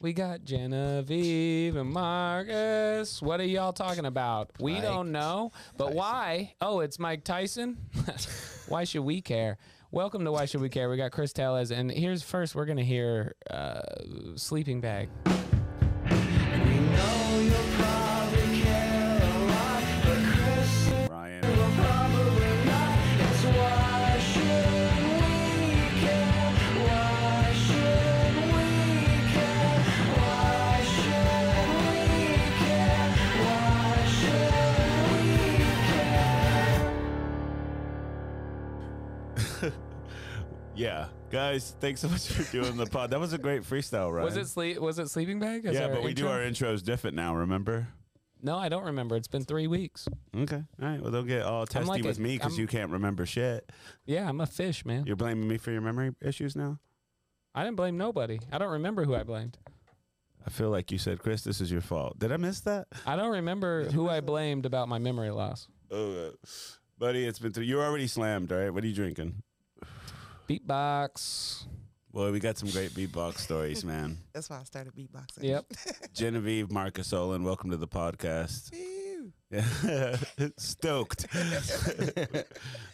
We got Genevieve and Marcus. What are y'all talking about? We Mike don't know. But why? Oh, it's Mike Tyson? why should we care? Welcome to Why Should We Care? We got Chris Tellez. And here's first, we're going to hear uh, Sleeping Bag. Ryan. Yeah, guys, thanks so much for doing the pod. That was a great freestyle, right? Was it sleep? Was it Sleeping Bag? as Yeah, our but we do intro? our intros different now. Remember? No, I don't remember. It's been three weeks. Okay. All right. Well, don't get all testy like with a- me because I'm- you can't remember shit. Yeah, I'm a fish, man. You're blaming me for your memory issues now. I didn't blame nobody. I don't remember who I blamed. I feel like you said, Chris, this is your fault. Did I miss that? I don't remember who I blamed about my memory loss. Oh, buddy, it's been three. You're already slammed. All right. What are you drinking? Beatbox. Boy, we got some great beatbox stories, man. That's why I started beatboxing. Yep. Genevieve Marcus Olin, welcome to the podcast. Phew. Yeah. Stoked.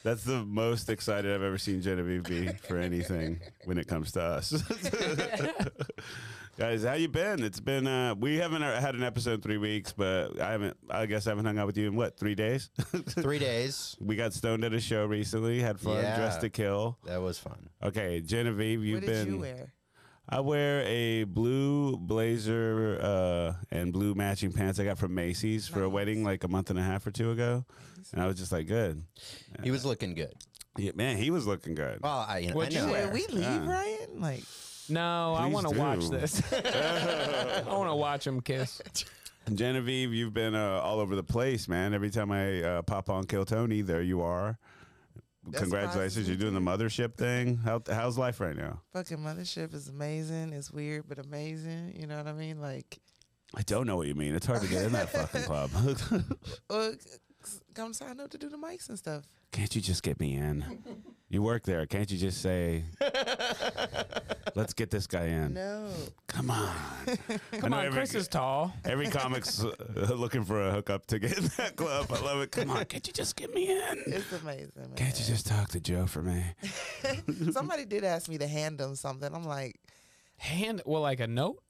That's the most excited I've ever seen Genevieve be for anything when it comes to us. Guys, how you been? It's been uh we haven't uh, had an episode in 3 weeks, but I haven't I guess I haven't hung out with you in what, 3 days? Three days. we got stoned at a show recently, had fun, Yeah. dressed to kill. That was fun. Okay, Genevieve, you've what been did you wear? I wear a blue blazer uh, and blue matching pants I got from Macy's for a Nice. wedding like a month and a half or two ago, and I was just like, good. He was looking good. Yeah, man, he was looking good. Well, I, you know, I What'd you know. wear? Should we leave, Yeah. Ryan? Like, No, I Please want to watch do. this. I want to watch them kiss. Genevieve, you've been uh, all over the place, man. Every time I uh, pop on Kill Tony, there you are. That Congratulations, surprises you're me doing the too. mothership thing. How, how's life right now? fucking mothership is amazing. It's weird, but amazing. You know what I mean? Like, I don't know what you mean. It's hard to get in that fucking club. uh, c- come sign up to do the mics and stuff. Can't you just get me in? You work there. Can't you just say, let's get this guy in? No. Come on. Come on, Chris is tall. Every comic's uh, looking for a hookup to get in that club. I love it. Come on, can't you just get me in? It's amazing, man. Can't you just talk to Joe for me? Somebody did ask me to hand them something. I'm like, Hand, well, like a note,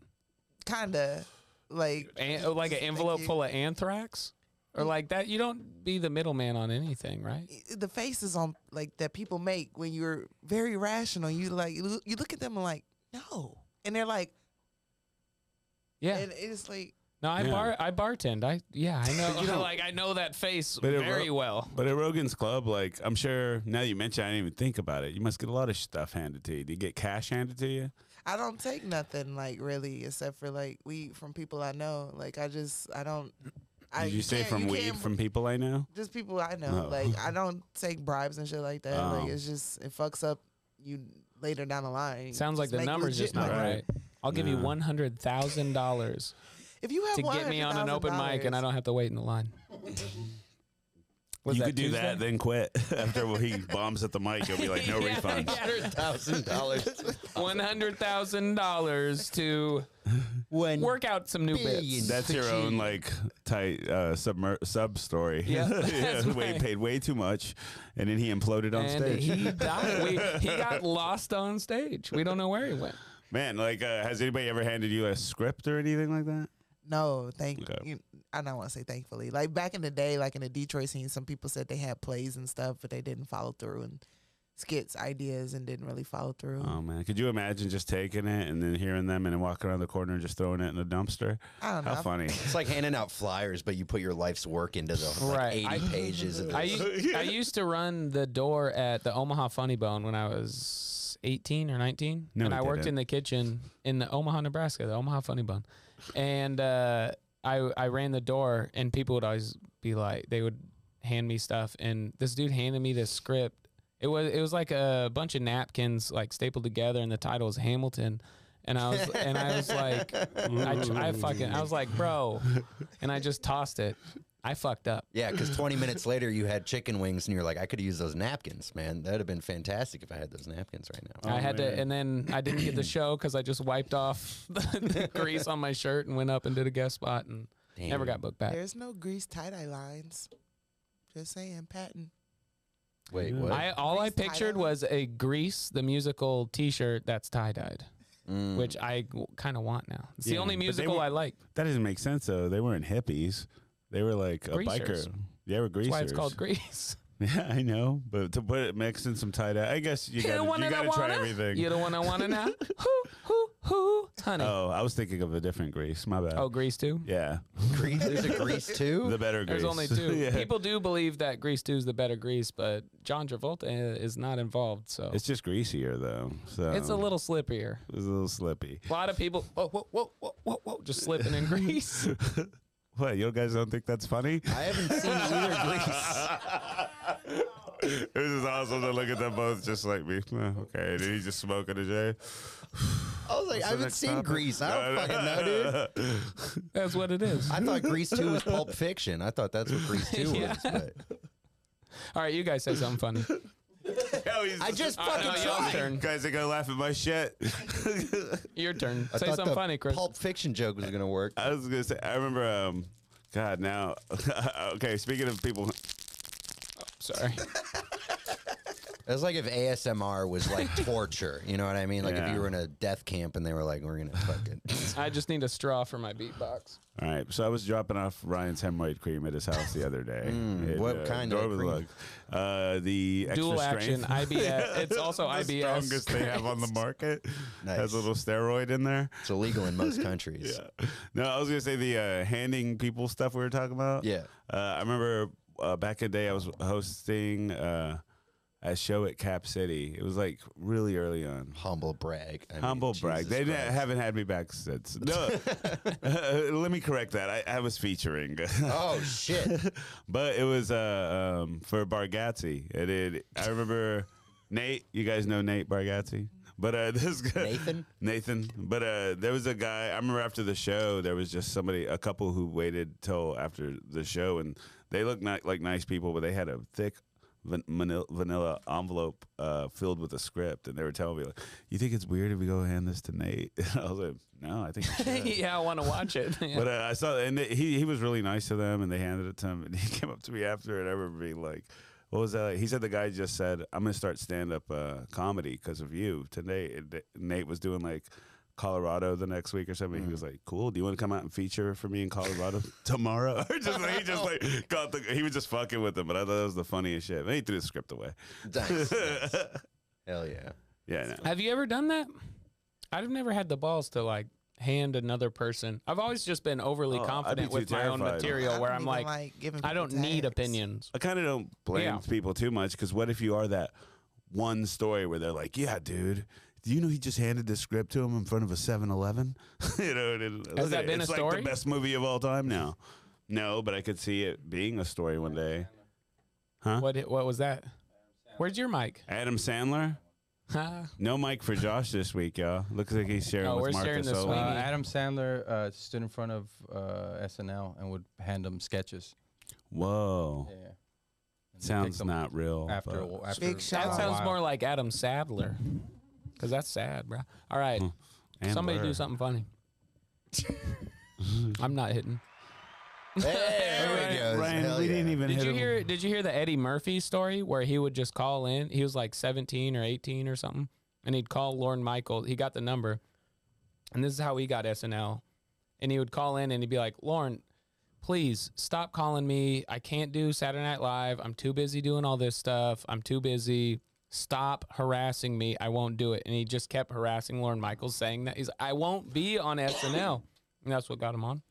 kind of. Like, An- oh, like an Thank envelope you. full of anthrax, or like that. You don't be the middleman on anything, right? the faces on like that people make when you're very rational. You like you look- you look at them and like no, and they're like, Yeah. and it's like no, I Yeah. bar, I bartend. I yeah, I You know. don't- like I know that face But it very ro- well. But at Rogan's Club, like, I'm sure now you mention, I didn't even think about it. You must get a lot of stuff handed to you. Do you get cash handed to you? I don't take nothing like really except for like weed from people I know. Like I just I don't. I Did you say can't- from weed can't- from people I know? just people I know. Oh. Like I don't take bribes and shit like that. Oh. Like it's just it fucks up you later down the line. Sounds like Just the make numbers just legit not money. right. I'll give you No. one hundred thousand dollars If you have to get me on an open mic, and I $100,000, don't have to wait in the line. Was you that could do that, Tuesday? then quit. After he bombs at the mic, he'll be like, no Yeah, refunds. yeah. Thousand dollars. one hundred thousand dollars to When work out some new bits. Billion. That's your Fishy. own like tight uh, submer- sub story. Yeah, that's way, mine. paid way too much, and then he imploded on And stage. he died. We, he got lost on stage. We don't know where he went. Man, like, uh, has anybody ever handed you a script or anything like that? No, thank Okay. you. I don't want to say thankfully. Like back in the day, like in the Detroit scene, some people said they had plays and stuff, but they didn't follow through and skits, ideas, and didn't really follow through. Oh man, could you imagine just taking it and then hearing them and then walking around the corner and just throwing it in the dumpster? I don't know. How funny! It's like handing out flyers, but you put your life's work into the like Right. eighty I- pages. Of I, this. u- I used to run the door at the Omaha Funny Bone when I was 18 or 19. No, and you I worked didn't. in the kitchen in the Omaha, Nebraska, the Omaha Funny Bone. And uh, I, I ran the door, and people would always be like, they would hand me stuff. And this dude handed me this script. It was it was like a bunch of napkins like stapled together, and the title was Hamilton. And I was and I was like, I, I fucking I was like, bro, and I just tossed it. I fucked up. Yeah, because 20 minutes later you had chicken wings and you're like, I could have used those napkins, man. That'd have been fantastic if I had those napkins right now. I had Oh, man. to, and then I didn't get the show because I just wiped off the, the grease on my shirt and went up and did a guest spot and never Damn. got booked back. There's no grease tie dye lines. Just saying, patent. Wait, Yeah. what? I all I Grease tie-dye pictured line? was a Grease the musical T-shirt that's tie dyed, Mm. which I kind of want now. It's Hmm. Yeah, the only but they musical were- I like. That doesn't make sense though. They weren't hippies. They were like a Greasers. biker. They were greasers. That's why it's called Grease. Yeah, I know. But to put it mix in some tie dye, I guess you got to you got to try everything. You the one I wanna now. Who who who? Honey. Oh, oh, I was thinking of a different grease. My bad. Grease too. yeah, Grease? There's a grease too? the better grease. There's only two. yeah. People do believe that Grease 2 is the better Grease, but John Travolta i- is not involved, so it's, It's um, just greasier though. a So little slippier. It's a little slippy. A lot of people, whoa, whoa, whoa, whoa, whoa, whoa, just slipping in grease. What you guys don't think that's funny? I haven't seen either grease. it was just awesome to look at them both just like me. Oh, okay, and then he just smoking a J. I was like, I haven't seen grease. I don't fucking know, dude. dude. That's what it is. I thought Grease 2 was Pulp Fiction. I thought that's what Grease 2 Yeah. was. But All right, you guys say something funny. Yo, he's I just All right, fucking now y'all's tried. turn. Guys, they go laugh at my shit. Your turn. I say thought something the funny, Chris. Pulp Fiction joke was going to work. I was gonna say. I remember. Um, God, now. okay, speaking of people, Sorry. It was like if ASMR was like torture. You know what I mean? Like if Yeah. you were in a death camp and they were like, we're going to fucking. I just need a straw for my beatbox. all right. So I was dropping off Ryan's hemorrhoid cream at his house the other day. Mm, And, what kind of Dora was cream? like, Uh, the extra Dual action, strength. IBS. It's also the IBS. strongest they have on the market. Nice. Has a little steroid in there. It's illegal in most countries. Yeah. No, I was gonna say the uh, handing people stuff we were talking about. Yeah. Uh, I remember uh, back in the day I was hosting uh, a show at Cap City. It was like really early on. Humble brag. I mean, Humble brag. Jesus They didn't, Christ. haven't had me back since. No, let me correct that. I, I was featuring, Oh, shit. but it was uh, um, for Bargazzi. It, it. I remember Nate. You guys know Nate Bargazzi. But uh, this guy, Nathan? Nathan. But uh, there was a guy. I remember after the show, there was just somebody, a couple who waited till after the show, and they looked ni- like nice people, but they had a thick van- manil- vanilla envelope uh, filled with a script, and they were telling me, like, "You think it's weird if we go hand this to Nate?" I was like, "No, I think." we should." yeah, I want to watch it. Yeah. But uh, I saw, and he he was really nice to them, and they handed it to him, and he came up to me after, and I remember being like, "What was that?" He said the guy just said, "I'm gonna start stand up uh, comedy because of you today." And Nate- Nate was doing like. Colorado the next week or something. He was like, "Cool, do you want to come out and feature for me in Colorado tomorrow?" Or just like, he just like got the he was just fucking with them, but I thought that was the funniest shit. And he threw the script away. Nice, nice. Hell yeah. Yeah, no. Have you ever done that? I've never had the balls to like hand another person. I've always just been overly Oh, I'd be confident too with my own terrified. material I where don't I'm even like, giving I people don't need tags. opinions. I kind of don't blame Yeah. people too much because what if you are that one story where they're like, "Yeah, dude, do you know he just handed this script to him in front of a 7-Eleven? you know, and it, look that at it. been a it's story? like the best movie of all time now. No, but I could see it being a story one day. Huh? What what was that? Where's your mic? Adam Sandler, Uh, Huh? no mic for Josh this week, y'all. Looks like he's sharing No, with Oh, we're sharing Marcus. this Uh, Owen. Sweeney. Adam Sandler uh, stood in front of uh, SNL and would hand them sketches. Whoa, Yeah. And they picked sounds them not real. after but- a, wh- after Big a shout. That Oh, sounds while. more like Adam Sadler. Cause that's sad, bro. All right, Hmm. and somebody blur. do something funny. I'm not hitting. There Ryan- it goes. Ryan, Hell we yeah. didn't even Did hit you him. hear? Did you hear the Eddie Murphy story where he would just call in? He was like 17 or 18 or something, and he'd call Lauren Michaels. He got the number, and this is how he got SNL. And he would call in and he'd be like, "Lauren, please stop calling me. I can't do Saturday Night Live. I'm too busy doing all this stuff. I'm too busy. Stop harassing me. I won't do it." And he just kept harassing Lauren Michaels, saying that he's, "I won't be on SNL." And that's what got him on.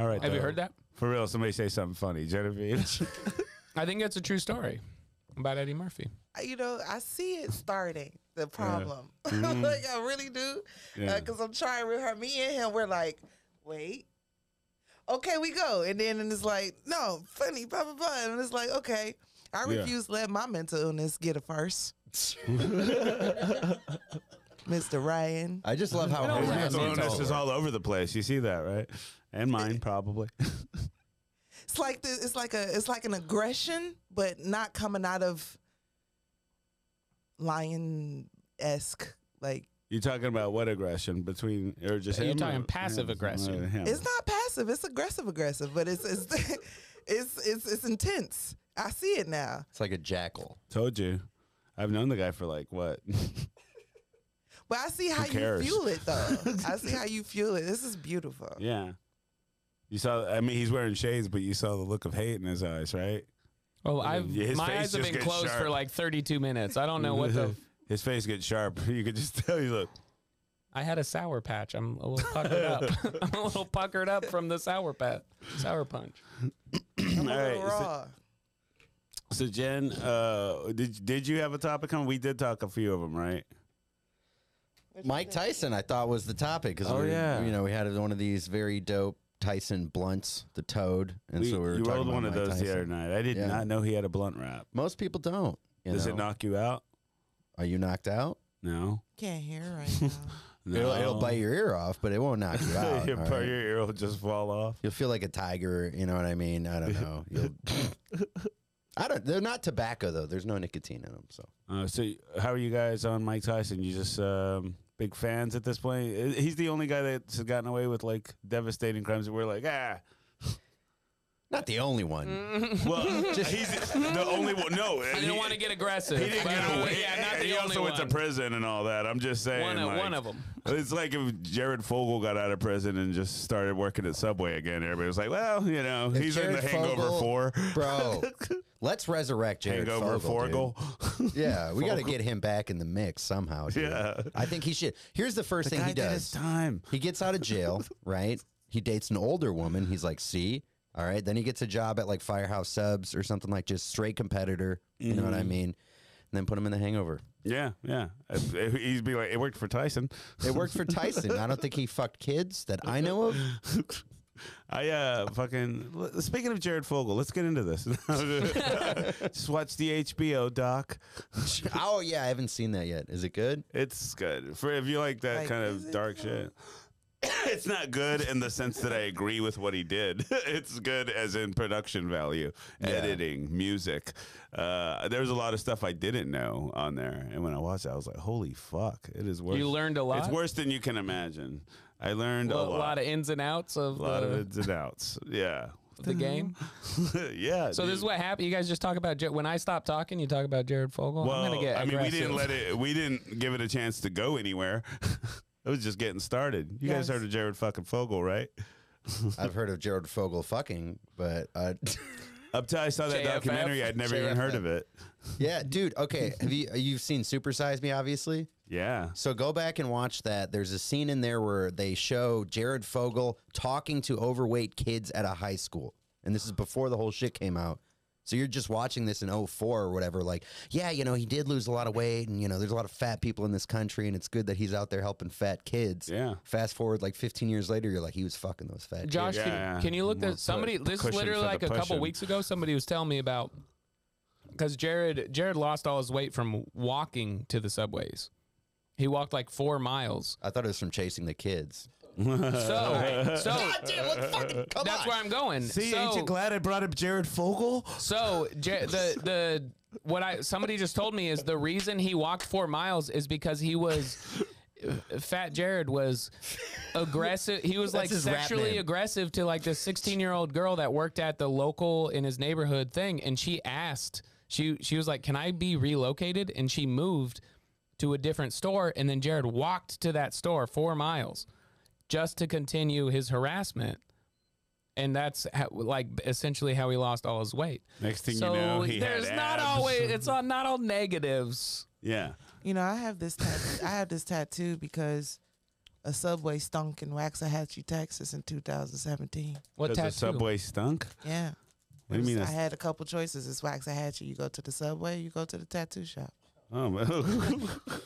All right, Have you though. heard that? For real, somebody say something funny, Genevieve. I think that's a true story about Eddie Murphy. I- You know, I see it starting the problem. Mm-hmm. Mhm. like I really do, Yeah. because I'm trying with her. Me and him, we're like, wait, okay, we go, and then and it's like, no, funny, blah blah blah, and it's like, okay, I Yeah. refuse to let my mental illness get a first. Mr. Ryan, I just love how don't His have hard Yeah, mental mental illness illness. is all over the place. You see that, right? And mine, probably. it's like this. It's like a. It's like an aggression, but not coming out of lion esque. Like You're talking about what aggression between or just Uh, you're him talking or- passive yeah, aggression. uh, him. it's not passive. It's aggressive, aggressive, but it's it's it's it's, it's intense. I see it now. It's like a jackal. Told you. I've known the guy for like what? But I see how you cares? fuel it though. I see how you fuel it. This is beautiful. yeah. You saw. I mean, he's wearing shades, but you saw the look of hate in his eyes, right? Well, Oh, I I've mean, his my face eyes have just been gets closed for sharp. like 32 minutes. I don't know what the. His face gets sharp. You could just tell. He's like, I had a sour patch. I'm a little puckered up. I'm a little puckered up from the sour patch, sour punch. all I'm a right. little So, raw. so Jen, uh, did did you have a topic on? We did talk a few of them, right? Mike Tyson, I thought was the topic because Oh, we were- yeah. you know we had one of these very dope Tyson blunts, the Toad, and We- so we were you talking rolled about one of Mike those the Tyson. other night. I did Yeah. not know he had a blunt wrap. Most people don't. you Does know. it knock you out? Are you knocked out? No. Can't hear right now. no. It'll, it'll bite your ear off, but it won't knock you out. your, all part right? of your ear will just fall off. You'll feel like a tiger. You know what I mean? I don't know. You'll, I don't. They're not tobacco though. There's no nicotine in them. So Uh, so, y- how are you guys on Mike Tyson? You just um, big fans at this point. I- He's the only guy that's gotten away with like devastating crimes. that We're like, ah, not the only one. well, he's the only one. No, I didn't want to get aggressive. He didn't but, get uh, away. Yeah, not the he only also one. went to prison and all that. I'm just saying, one, of, like, one of them. It's like if Jared Fogle got out of prison and just started working at Subway again. Everybody was like, well, you know, If he's in Jared the Hangover Fogle- Four, Bro, let's resurrect Jared Hangover Fogle, dude. Fogle. Yeah, we got to get him back in the mix somehow. dude. Yeah. I think he should. Here's the first thing Guy he did his does. time. He gets out of jail, right? He dates an older woman. He's like, see, all right. Then he gets a job at like Firehouse Subs or something like just straight competitor. You know what I mean? And then put him in the hangover. Yeah, yeah. If- if He'd be like, it worked for Tyson. It worked for Tyson. I don't think he fucked kids that I know of. I uh fucking l- speaking of Jared Fogle, let's get into this. Just watch the HBO doc. Oh yeah, I haven't seen that yet. Is it good? It's good for if you like that Like, kind is of it dark shit. it's not good in the sense that I agree with what he did. it's good as in production value, editing, music. Uh, there was a lot of stuff I didn't know on there, and when I watched it, I was like, "Holy fuck! It is worse. You learned a lot. It's worse than you can imagine." I learned a a lot. lot, of ins and outs of a lot the, of ins and outs. Yeah, of the game. yeah. So this dude. is what happened. You guys just talk about Jer- when I stop talking, you talk about Jared Fogle. I'm gonna get. I mean, we aggressive. didn't let it. We didn't give it a chance to go anywhere. it was just getting started. You Yes. guys heard of Jared fucking Fogle, right? I've heard of Gerald Fogle fucking, but uh, Up till I saw that JFF? documentary, I'd never even heard of it. yeah, dude. Okay, have you you've seen Super Size Me? Obviously, Yeah. so go back and watch that. There's a scene in there where they show Jared Fogle talking to overweight kids at a high school, and this is before the whole shit came out. So you're just watching this in 04 or whatever, like, yeah, you know, he did lose a lot of weight, and you know, there's a lot of fat people in this country, and it's good that he's out there helping fat kids. Yeah. Fast forward like 15 years later, you're like, he was fucking those fat kids. Josh, can, Yeah. can you look More that somebody? pu- This pushing literally for like the a couple pushing. weeks ago, somebody was telling me about because Jared Jared lost all his weight from walking to the subways. He walked like four miles. I thought it was from chasing the kids. So, so what fucking, come that's where I'm going. See, so, ain't you glad I brought up Jared Fogle? So J- the the what I somebody just told me is the reason he walked four miles is because he was. Fat Jared was aggressive. He was like his rap sexually name. aggressive to like this 16 year old girl that worked at the local in his neighborhood thing, and she asked. She she was like, "Can I be relocated?" And she moved to a different store, and then Jared walked to that store four miles just to continue his harassment. And that's how, like essentially how he lost all his weight Next thing you know, he there's had not abs. always it's all not all negatives. Yeah. You know, I have this tattoo. I have this tattoo because a subway stunk in Waxahachie, Texas, in 2017. What Does tattoo? the subway stunk? Yeah. What do you mean? I it's- had a couple choices. It's Waxahachie. You go to the subway. You go to the tattoo shop. Oh,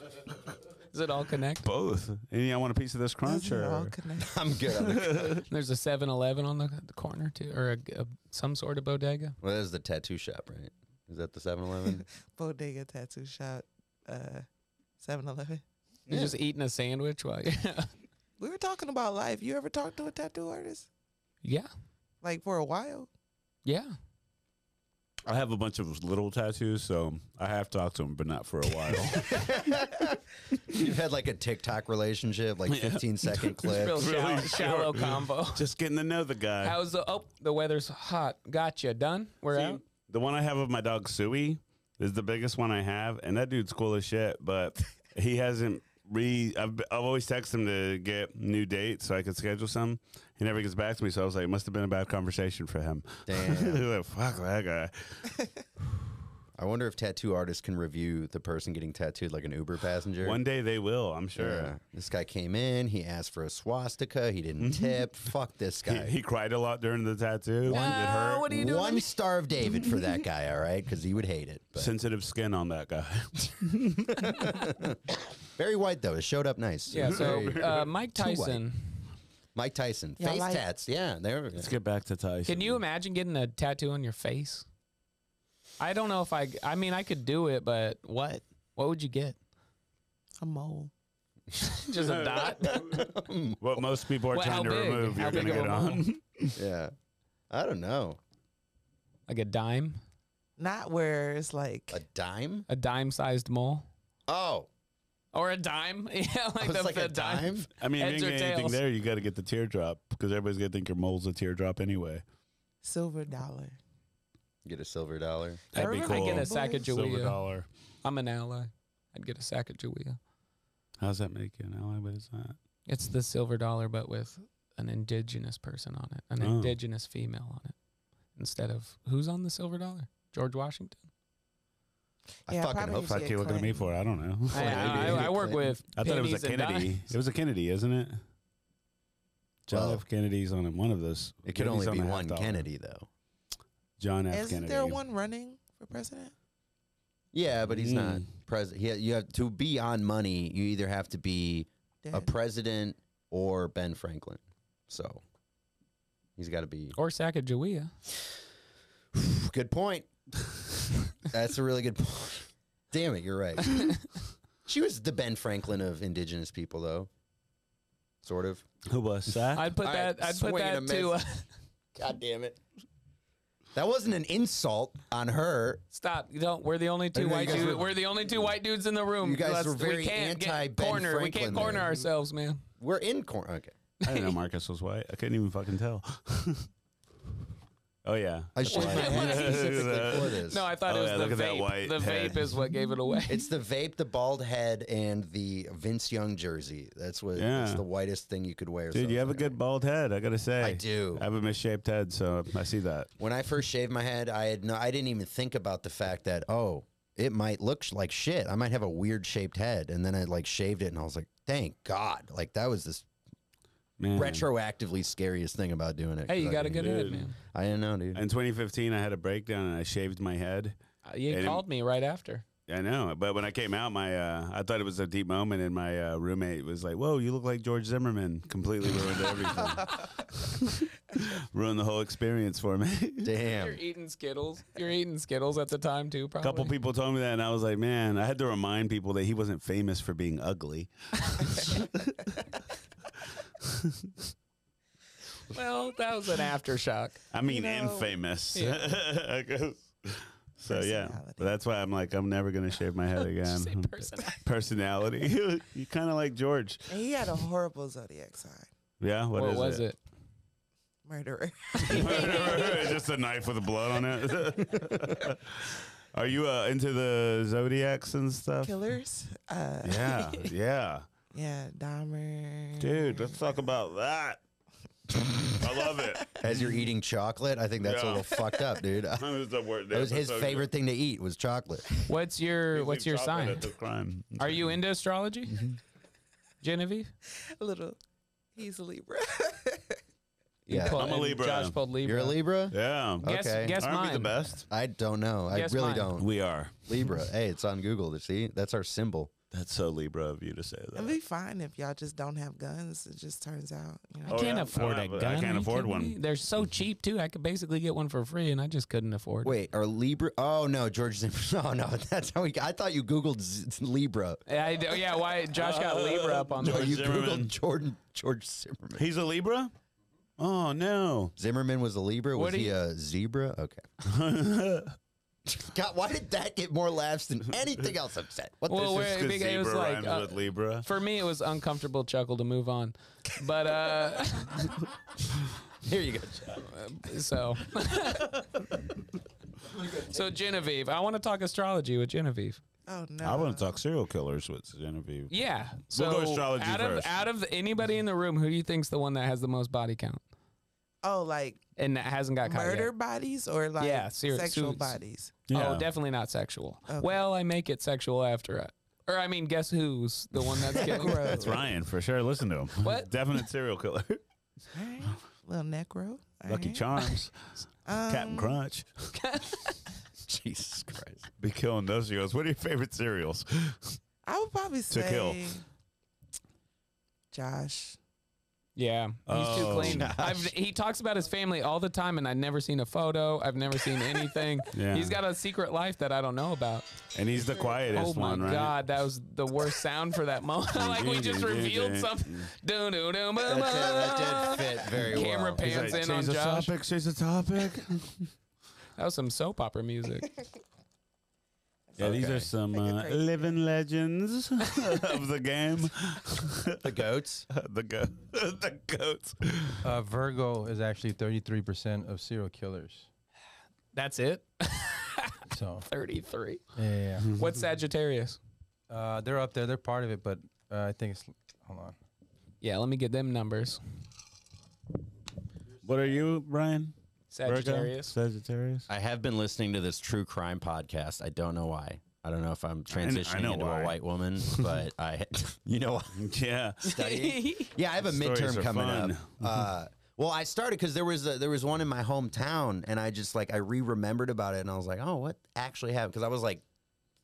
Does it all connect? both. And y'all want a piece of this crunch? Those are all Or? connected. I'm good. on the- There's a 7-Eleven on the, the corner too, or a, a- some sort of bodega. well, that is the tattoo shop, right? Is that the 7 Eleven? Bodega tattoo shop. Uh, 7-Eleven. You're just eating a sandwich while you We were talking about life. You ever talked to a tattoo artist? yeah. Like for a while? Yeah. I have a bunch of little tattoos, so I have talked to him, but not for a while. You've had like a TikTok relationship, like 15 second Real clips. shallow, short. shallow combo. Just getting to know the guy. How's the oh the weather's hot. Gotcha. Done. We're See, out. The one I have of my dog Suey is the biggest one I have, and that dude's cool as shit. But he hasn't re. I've, b- I've always texted him to get new dates so I could schedule some. He never gets back to me, so I was like, it must have been a bad conversation for him. Damn. like, Fuck that guy. I wonder if tattoo artists can review the person getting tattooed like an Uber passenger. One day they will, I'm sure. Yeah. This guy came in, he asked for a swastika, he didn't tip. Fuck this guy. Mm-hmm. He, he cried a lot during the tattoo. it hurt. what are you doing? One star of David for that guy, all right? Because he would hate it. But. Sensitive skin on that guy. Very white though. It showed up nice. yeah. So Very- uh, Mike Too white. Tyson. Mike Tyson, Yeah, face like- tats. Yeah, there. Let's get back to Tyson. Can you imagine getting a tattoo on your face? I don't know if I. I mean, I could do it, but what? What would you get? A mole. Just a dot. What most people are Well, how trying to big? remove, How you're going big to of a get on. Yeah. I don't know. like a dime, Not where it's like A dime? a dime-sized mole, Oh, or a dime. Yeah, I Oh, like was the, like the a dime. I mean, Heads if you or ain't anything tails? there, you got to get the teardrop because everybody's going to think your mole's a teardrop anyway. silver dollar. Get a silver dollar. That'd be Everybody cool. Get Oh. a sack of Silver Julia. dollar. I'm an ally. I'd get a sack of Julia. How's that make you an ally? What is that? It's the silver dollar, but with an indigenous person on it, an Oh. indigenous female on it, instead of who's on the silver dollar? George Washington. I Yeah, I fucking probably hope should Fuck fuck get you looking at me Clinton. for? I don't know. I, I, maybe. I work with. I thought it was pennies a and Kennedy. dimes. It was a Kennedy, isn't it? John Well, F. Kennedy's on one of those. It could Kennedy's only on be the half one dollar. Kennedy though. John F. Isn't Kennedy. there one running for president? Yeah, but he's not Mm. president. Yeah, you have to be on money. You either have to be a Dead. president or Ben Franklin. So he's got to be. or Sacagawea. Good point. That's a really good point. Damn it, you're right. she was the Ben Franklin of indigenous people, though. Sort of. Who was that? I'd put All right, that. I'd put swing that and a to. Uh, miss. God damn it. That wasn't an insult on her. stop! You don't. We're the only two know you white. guys Dudes, were- we're the only two white dudes in the room. You guys Let's- were very we can't get anti-Ben corner. We Franklin can't corner there. ourselves, man. We're in corn. Okay. I didn't know Marcus was white. I couldn't even fucking tell. oh yeah, I That's should white. my hands specifically for this. No, I thought Oh, it was yeah, the look at that vape. white the head. vape is what gave it away. It's the vape, the bald head, and the Vince Young jersey. That's what. That's Yeah. the whitest thing you could wear. so Dude, you have a far. good bald head. I gotta say, I do. I have a misshaped head, so I see that. When I first shaved my head, I had no. I didn't even think about the fact that oh, it might look sh- like shit. I might have a weird shaped head, and then I like shaved it, and I was like, thank God. Like that was this Man. retroactively scariest thing about doing it. hey, 'cause you I got a didn't- good head, Dude. man. I didn't know, dude. In 2015, I had a breakdown and I shaved my head. Uh, You And- called me right after. I know, but when I came out, my uh, I thought it was a deep moment, and my uh, roommate was like, "Whoa, you look like George Zimmerman." Completely ruined everything. ruined the whole experience for me. You're Damn. eating Skittles. You're eating Skittles at the time too. A Probably. couple people told me that, and I was like, "Man, I had to remind people that he wasn't famous for being ugly." Well, that was an aftershock. I mean, know, infamous. yeah. I guess. So yeah, Personality. But that's why I'm like, I'm never gonna shave my head Did you say again. personality? Personality. you kind of like George. And he had a horrible zodiac sign. Yeah. What, is was it? Murderer. It's just a knife with blood on it. Are you uh, into the zodiacs and stuff? Killers. Uh, Yeah, yeah, yeah, Dahmer. dude. Let's talk about that. I love it. As you're eating chocolate, I think that's a Yeah. little fucked up, dude. That was the word. That was his favorite thing to eat was chocolate. What's your What's your sign? Crime. Are you into astrology, Mm-hmm. Genevieve? A little. He's a Libra. You Yeah. pulled- I'm a and Libra. Josh pulled Libra. You're a Libra? Yeah. Guess, Okay. guess Aren't we the mine. best? I don't know. I Guess really mine. don't. We are. Libra. Hey, it's on Google. See, that's our symbol. That's so Libra of you to say that. It'd be fine if y'all just don't have guns. It just turns out. You know. I Oh, can't yeah. afford I a don't have- I gun. can't Are you afford kidding one. me? They're so cheap too. I could basically get one for free, and I just couldn't afford. Wait, are Libra? Oh no, George Zimmerman. Oh no, that's how we. I thought you Googled Z- Libra. it. I d- oh, yeah, why Josh got Libra up on No, there? George you Zimmerman. Googled Jordan George Zimmerman. He's a Libra. Oh no. Zimmerman was a Libra. What was do he you- a zebra? Okay. God, why did that get more laughs than anything else I've said? What Well, the? where- Just 'cause big A was zebra like, rhymes uh, with Libra. For me, it was uncomfortable chuckle to move on, but uh, Here you go. Chad. so so Genevieve, I want to talk astrology with Genevieve. Oh no. I want to talk serial killers with Genevieve. Yeah, so We'll go astrology out first. of out of anybody in the room, who do you think's the one that has the most body count Oh, like and that hasn't got caught yet? murder bodies or like Yeah, serious- sexual suits. bodies. Oh, definitely not sexual. Okay. Well, I make it sexual after it. Or I mean, guess who's the one that's getting Gross. That's Ryan for sure. Listen to him. What? Definite serial killer. Alright. Little necro. Lucky Alright. Charms. Captain Um, Crunch. Jesus Christ. Be killing those cereals. What are your favorite cereals? I would probably say kill. Josh. Yeah, he's Oh, too clean. I've, he talks about his family all the time, and I've never seen a photo. I've never seen anything. Yeah. He's got a secret life that I don't know about. And he's the quietest oh my one, right? god, that was the worst sound for that moment. like we just revealed something. Do do do boom, boom. That, that did fit very well. Camera pan- He's like, Hands in change on the Josh." topic, change the topic. That was some soap opera music. yeah, these Okay. are some Take a uh, break. living legends of the game. The goats. the go- the goats. Uh, Virgo is actually 33% of serial killers. That's it. So, Thirty-three. yeah, yeah, yeah. What's Sagittarius? Uh, they're up there. They're part of it, but uh, I think it's. Hold on. Yeah, let me get them numbers. What are you, Ryan? Virgo? Sagittarius. Sagittarius. I have been listening to this true crime podcast. I don't know why. I don't know if I'm kn- I transitioning know into why. a white woman, but I, you know, Yeah. studying. Yeah, I have a Stories midterm are coming fun. up. Uh, well, I started because there was a, there was one in my hometown, and I just like I re remembered about it, and I was like, oh, what actually happened? Because I was like.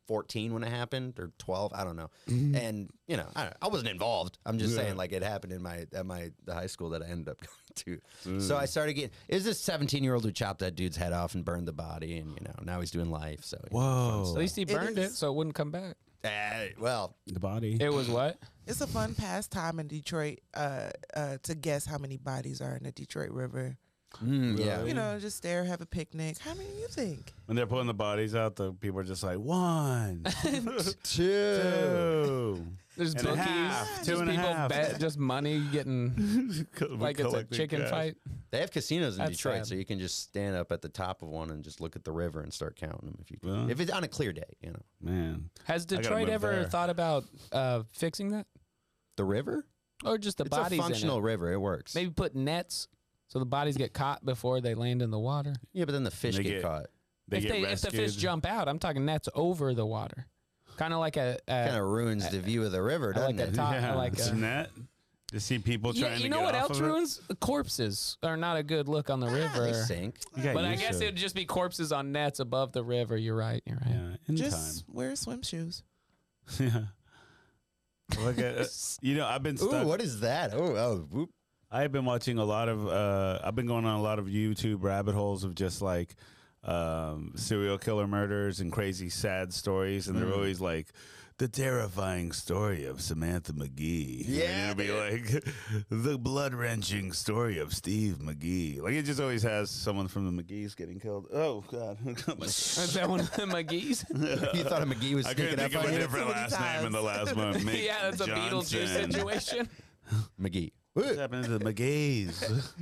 14 when it happened or 12 i don't know and you know I, I wasn't involved i'm just Mm-hmm. Yeah. saying like it happened in my at my the high school that i ended up going to so Mm. i started getting is this 17 year old who chopped that dude's head off and burned the body and you know now he's doing life so you know, fun Whoa. At least he burned it, is. so it wouldn't come back. stuff. Eh, well The body. It was what? It's a fun pastime in Detroit uh, uh, to guess how many bodies are in the Detroit River. mm, yeah You know, just there, have a picnic. How many you think? when they're pulling the bodies out, the people are just like one, Two. two. There's And a bookies. half, just two and a people half. bet just money getting like it's a chicken fight. They have casinos in That's Detroit, so sad. you can just stand up at the top of one and just look at the river and start counting them if you can. Well. if it's on a clear day, you know. Man, Has gotta Detroit move ever there. thought about uh, fixing that, The river? or just the it's a bodies? in it? functional river. It works. Maybe put nets so the bodies get caught before they land in the water. Yeah, but then the fish They get, get- caught. they if, get they, if the rescued. fish jump out, I'm talking nets over the water, kind of like a, a Kind of ruins the view of the river, I doesn't like a it? top, yeah, I uh, like isn't a. that? To see people Yeah, trying you to know get what off else of it? ruins? Corpses are not a good look on the Ah, They river. sink. You got But I used guess to it would just be corpses on nets above the river. You're right. You're right. Yeah, in Just wear swim shoes. time. Yeah. Look at you know I've been Ooh, stuck. what is that? Oh, oh, whoop. I've been watching a lot of. Uh, I've been going on a lot of YouTube rabbit holes of just like um, serial killer murders and crazy sad stories, and they're always like the terrifying story of Samantha McGee. Yeah, and it'll be like the blood wrenching story of Steve McGee. Like it just always has someone from the McGees getting killed. Oh God, Is that one of the McGee's? you thought a McGee was I sneaking couldn't up think of on a you? different Too many last name in the last one. Mick yeah, that's a Beetlejuice Johnson. situation. McGee. What's happening to the McGees?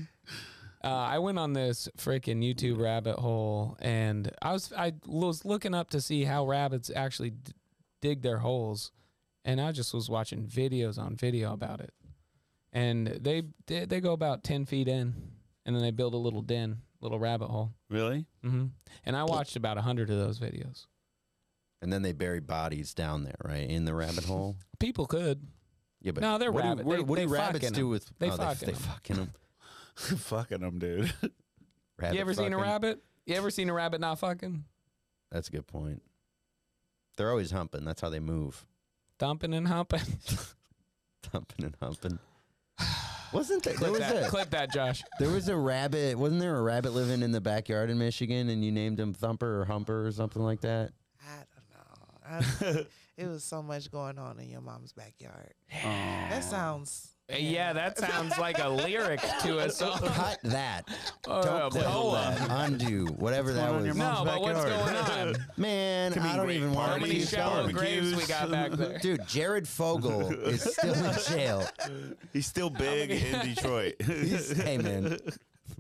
Uh, I went on this freaking YouTube rabbit hole, and I was I was looking up to see how rabbits actually d- dig their holes, and I just was watching videos on video about it, and they they, they go about ten feet in, and then they build a little den, little rabbit hole. really? hmm And I watched about a hundred of those videos. And then they bury bodies down there, right? In the rabbit hole. People could. Yeah, but No, they're what rabbit. Do, what, They- what do they rabbits fucking do 'em. with They oh, fucking they, 'em. they fucking them. Fucking them, dude. you ever seen a rabbit? You ever seen a rabbit not fucking That's a good point. They're always humping. That's how they move. thumping and humping? Thumping and humping. Wasn't there, there clip was that. a Clip that, Josh. there was a rabbit? Wasn't there a rabbit living in the backyard in Michigan, and you named him Thumper or Humper or something like that? I don't know. I, it was so much going on in your mom's backyard. That sounds Uh, Yeah, that sounds like a lyric to a song. Cut that. Or a Don't quibble poem. that. Undo whatever that on was. your No, Mom's but what's backyard. going on? Man, Could be I don't great even How want parties, to many keep shallow going. barbecue. graves we got back there? Dude, Jared Fogle is still in jail. He's still big in Detroit. He's- hey, man.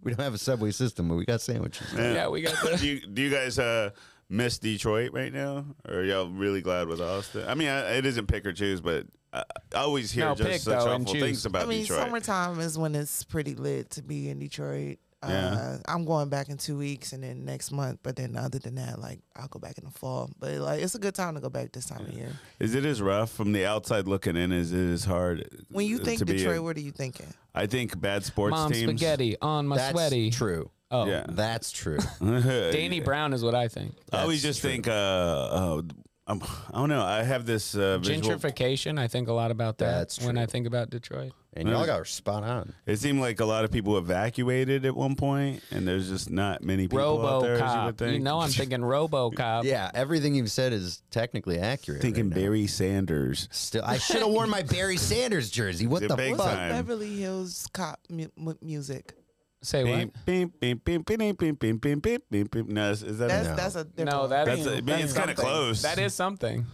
We don't have a subway system, but we got sandwiches. Yeah, we got the. do, you, do you guys uh, miss Detroit right now? Or are y'all really glad with Austin? I mean, I, it isn't pick or choose, but I, I always hear No, just pick, such though, and awful choose. things about I mean, Detroit. summertime is when it's pretty lit to be in Detroit. Yeah. Uh, I'm going back in two weeks and then next month, but then other than that, like I'll go back in the fall. But like it's a good time to go back this time of year. Is it as rough from the outside looking in as it is hard? When you Uh, to think be a- Detroit, what are you thinking? I think bad sports Mom teams. spaghetti on my That's sweaty. true. Oh, Yeah. That's true. Danny Brown is what I think. I always That's just true. think, uh, uh, I'm, I don't know. I have this uh, visual. Gentrification, I think a lot about that That's when true. I think about Detroit. And y'all got spot on. It seemed like a lot of people evacuated at one point, and there's just not many people out there. As you would RoboCop. You, think. know I'm thinking RoboCop. Yeah, everything you've said is technically accurate. thinking right now. Barry Sanders. Still, I should have worn my Barry Sanders jersey. What It's the a big fuck? time. Beverly Hills cop mu- mu- music. Say what? Beep, beep, beep, beep, beep, beep, beep, beep, beep, beep, beep, beep. No, is, is that That's a, that's a different No, one. that that's, is, a, I mean, it's kind of something. close. that is something.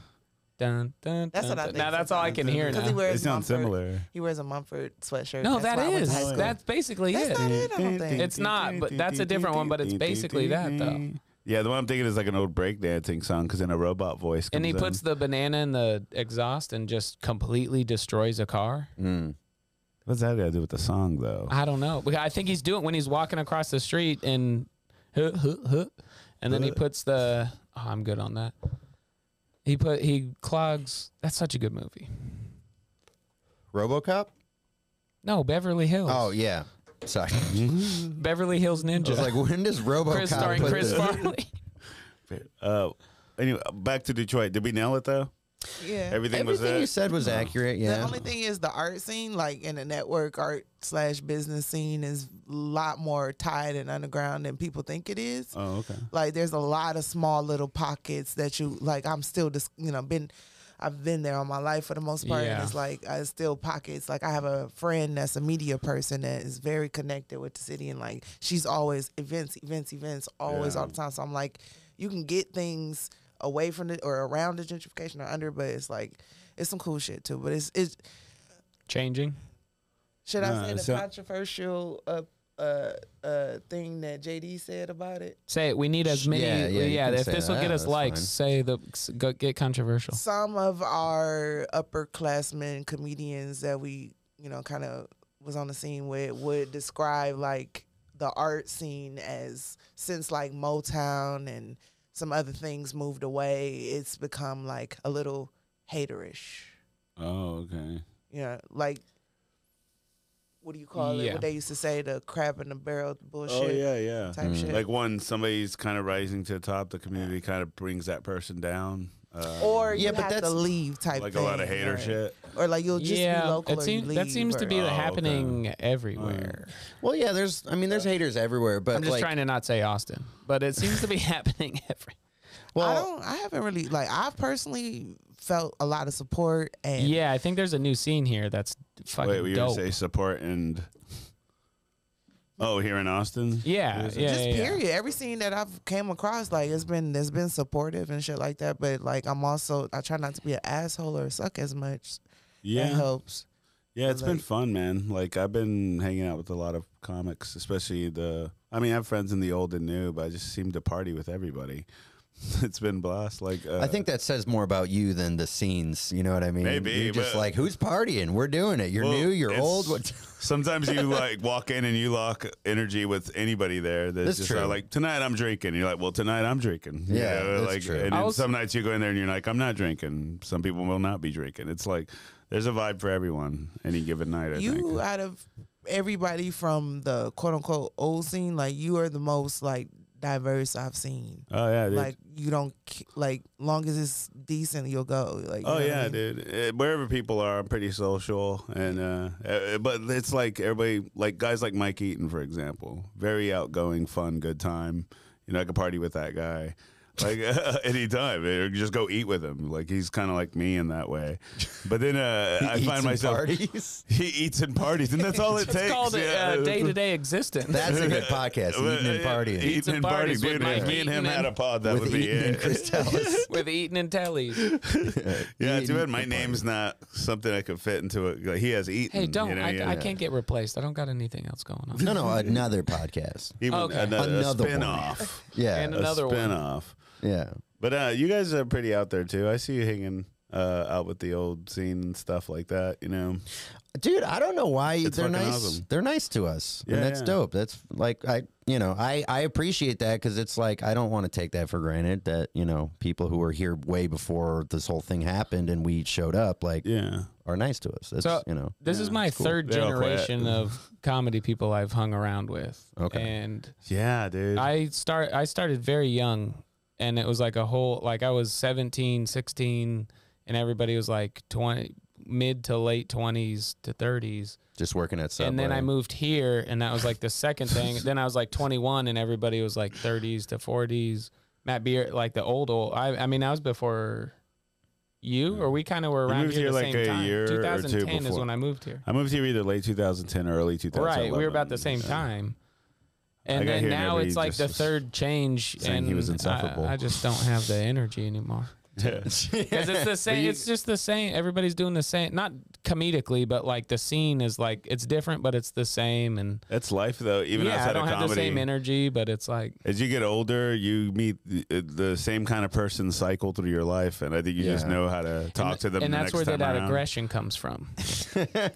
Dun, dun, That's dun, what I dun. think Now that's all I can hear because he now. It wears sounds Mumford- similar. He wears a Mumford sweatshirt. No, that's that why I went to is. high school. That's basically That's it. not it. I don't think. It's not, but that's a different one, but it's basically that, though. Yeah, the one I'm thinking is like an old breakdancing song because then a robot voice. Comes And he in. puts the banana in the exhaust and just completely destroys a car. Mm. What's that got to do with the song though? I don't know. But I think he's doing when he's walking across the street and huh, huh, huh, and then he puts the oh, I'm good on that. He put he clogs. That's such a good movie. RoboCop? No, Beverly Hills. Oh yeah. Sorry. Beverly Hills I Ninja. was like, when does RoboCop? Chris starring put Chris the- Farley. Uh, anyway, back to Detroit. Did we nail it though? Yeah. Everything, was Oh. Everything there. you said was accurate. The Yeah. only thing is the art scene, like in the network art slash business scene, is a lot more tied and underground than people think it is. oh, okay. Like there's a lot of small little pockets that you like. I'm still just you know been. I've been there all my life for the most part, and Yeah. it's like uh, it's still pockets. Like I have a friend that's a media person that is very connected with the city, and like she's always events, events, events, always Yeah. all the time. So I'm like, you can get things away from it or around the gentrification or under, but it's like it's some cool shit too. But it's it's Changing. should Nah, I say the it's not- controversial uh, uh uh thing that JD said about it? Say it. We need as many. Yeah, Yeah, yeah, you can if say this will that, get us that's likes, fine. say the go, get Oh. controversial. Some of our upperclassmen comedians that we you know kind of was on the scene with would describe like the art scene as since like Motown and some other things moved away, it's become like a little haterish. Oh, okay. you know, like what do you call it? Yeah. What they used to say, the crab in the barrel bullshit Oh yeah, yeah. type Mm. shit. Like when somebody's kind of rising to the top, the community kind of brings that person down. Uh, or you Yeah, but have to that's- leave type like a lot of thing, hater or, shit. Or like you'll just be yeah, local it or seems, you leave. that seems to be or- Oh, okay. happening everywhere. Well, yeah. There's. I mean, there's haters everywhere. But I'm just like, trying to not say Austin, but it seems to be happening every. I well, don't. I haven't really like. I've personally felt a lot of support and Yeah, I think there's a new scene here that's fucking Wait, we dope. gonna say support and oh, here in Austin. Yeah, Is it- yeah, just yeah, yeah. period. Every scene that I've came across, like it's been it's been supportive and shit like that. But like I'm also I try not to be an asshole or suck as much. That yeah, helps. yeah. It's been like- fun, man. Like I've been hanging out with a lot of comics, especially the. I mean, I have friends in the old and new, but I just seem to party with everybody. it's been blast. Like uh, I think that says more about you than the scenes. You know what I mean? Maybe, You're just but- like, who's partying? We're doing it. You're Well, new. You're it's- old. What? Sometimes you like walk in and you lock energy with anybody there. That's, That's just true. Like, tonight I'm drinking. And you're like, well, tonight I'm drinking. You Yeah, know, that's like, true. And I then was- some nights you go in there and you're like, I'm not drinking. Some people will not be drinking. It's like there's a vibe for everyone any given night. I you think. out of everybody from the quote unquote old scene, like you are the most like diverse I've seen. Oh yeah, dude. Like you don't c- like long as it's decent, you'll go. Like you know Oh what I yeah, mean? dude. Uh, Wherever people are, I'm pretty social, and uh, uh, but it's like everybody, like guys like Mike Eaton, for example, very outgoing, fun, good time. You know, I could party with that guy. like anytime. Or just go eat with him. Like he's kind of like me in that way. But then uh, I Eats find and myself parties. he eats and parties, and that's all it takes. It's called yeah. a uh, day to day existence. That's a good podcast. Eating uh, and partying. Eats Eating and and partying. parties Dude, with if Mike me and him Eaton had and- a pod, that with would be Eaton and it. Chris Dallas. with eating and tellies. Yeah, too Eaton bad my and name's not something I could fit into it. Like, he has eaten. Hey, don't. you know, I, yeah. I can't get replaced. I don't got anything else going on. no, no, another podcast. Even Okay. another, a Another one. spin-off. Yeah, And a Another one. spin-off. yeah. But uh, you guys are pretty out there too. I see you hanging uh, out with the old scene and stuff like that. You know, Dude, I don't know why It's they're fucking nice. awesome. They're nice to us, Yeah, and that's yeah. dope. That's like I, you know, I I appreciate that because it's like I don't want to take that for granted that you know people who were here way before this whole thing happened and we showed up like yeah. are nice to us. That's So- you know This is Yeah, my it's cool. third They're all quiet. generation of comedy people I've hung around with. Okay. And Yeah, dude. I start I started very young and it was like a whole like I was 17, 16 and everybody was like 20 mid to late 20s to 30s. just working at Subway. and then I moved here and that was like the second thing. then I was like 21 and everybody was like 30s to 40s. Matt Beer like the old old I I mean I was before you or we kind of were You around moved here, here, the like, same a time. year or two 2010 is before. when I moved here. I moved here either late 2010 or early 2011. Right, we were about the same Yeah. time. I And got then here and now everybody it's like just the was third change, saying and he was I- insufferable. I, just don't have the energy anymore. Because it's the same. it's just the same. Everybody's doing the same. Not comedically, but like the scene is like it's different, but it's the same. And That's life, though. Even yeah, outside I don't of have comedy, the same energy, but it's like as you get older, you meet the, uh, the same kind of person cycle through your life, and I think you just Yeah. know how to talk to them. and the that's next where time that around. aggression comes from.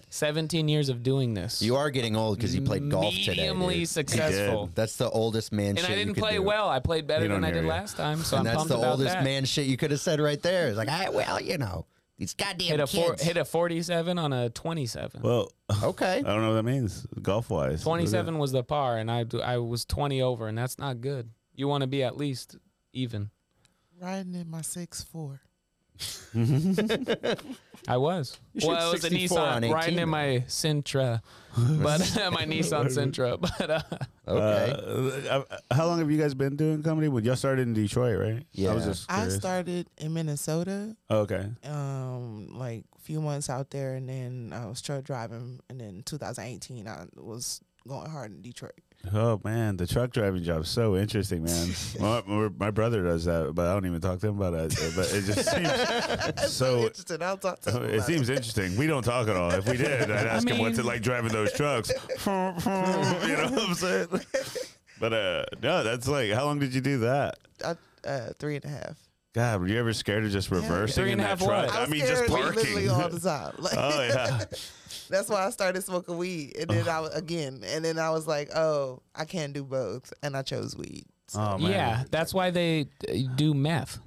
Seventeen years of doing this. you are getting old because you played golf today. mediumly dude. successful. That's the oldest man And shit. I you didn't could play do. well. I played better We than don't I hear did you. last time. So and I'm that's pumped the about oldest that. man shit you could have said right there. It's like, I well, you know, these goddamn Hit a kids. four, hit a forty-seven on a twenty-seven. Well, okay. I don't know what that means golf wise. 27 was the par, and I I was 20 over, and that's not good. You want to be at least even. Riding in my six four. I was. should Well, it was a 64 on Nissan 18 riding in then. my Sentra, but my Nissan Sentra. But uh, Okay. Uh, uh, how long have you guys been doing comedy? Well, y'all started in Detroit, right? I was Yeah. just I curious. started in Minnesota, Oh, okay. um, like few months out there, and then I was truck driving, and then 2018 I was going hard in Detroit. Oh man, the truck driving job's so interesting, man. my, my- my brother does that, but I don't even talk to him about it. uh, But it just seems so. Interesting. I'll talk to you It about seems interesting. We don't talk at all. If we did, I'd ask him what's it mean- like driving those trucks. you know what I'm saying? But uh, no, that's like, how long did you do that? I, uh, three and a half. God, were you ever scared of just reversing Three in and a that half what? truck? I I, was mean, just scared parking. Literally all the time. Like, oh yeah. Oh. That's why I started smoking weed, and then I was again, and then I was like, "Oh, I can't do both," and I chose weed. So, Oh man. yeah, that's why they uh, do meth.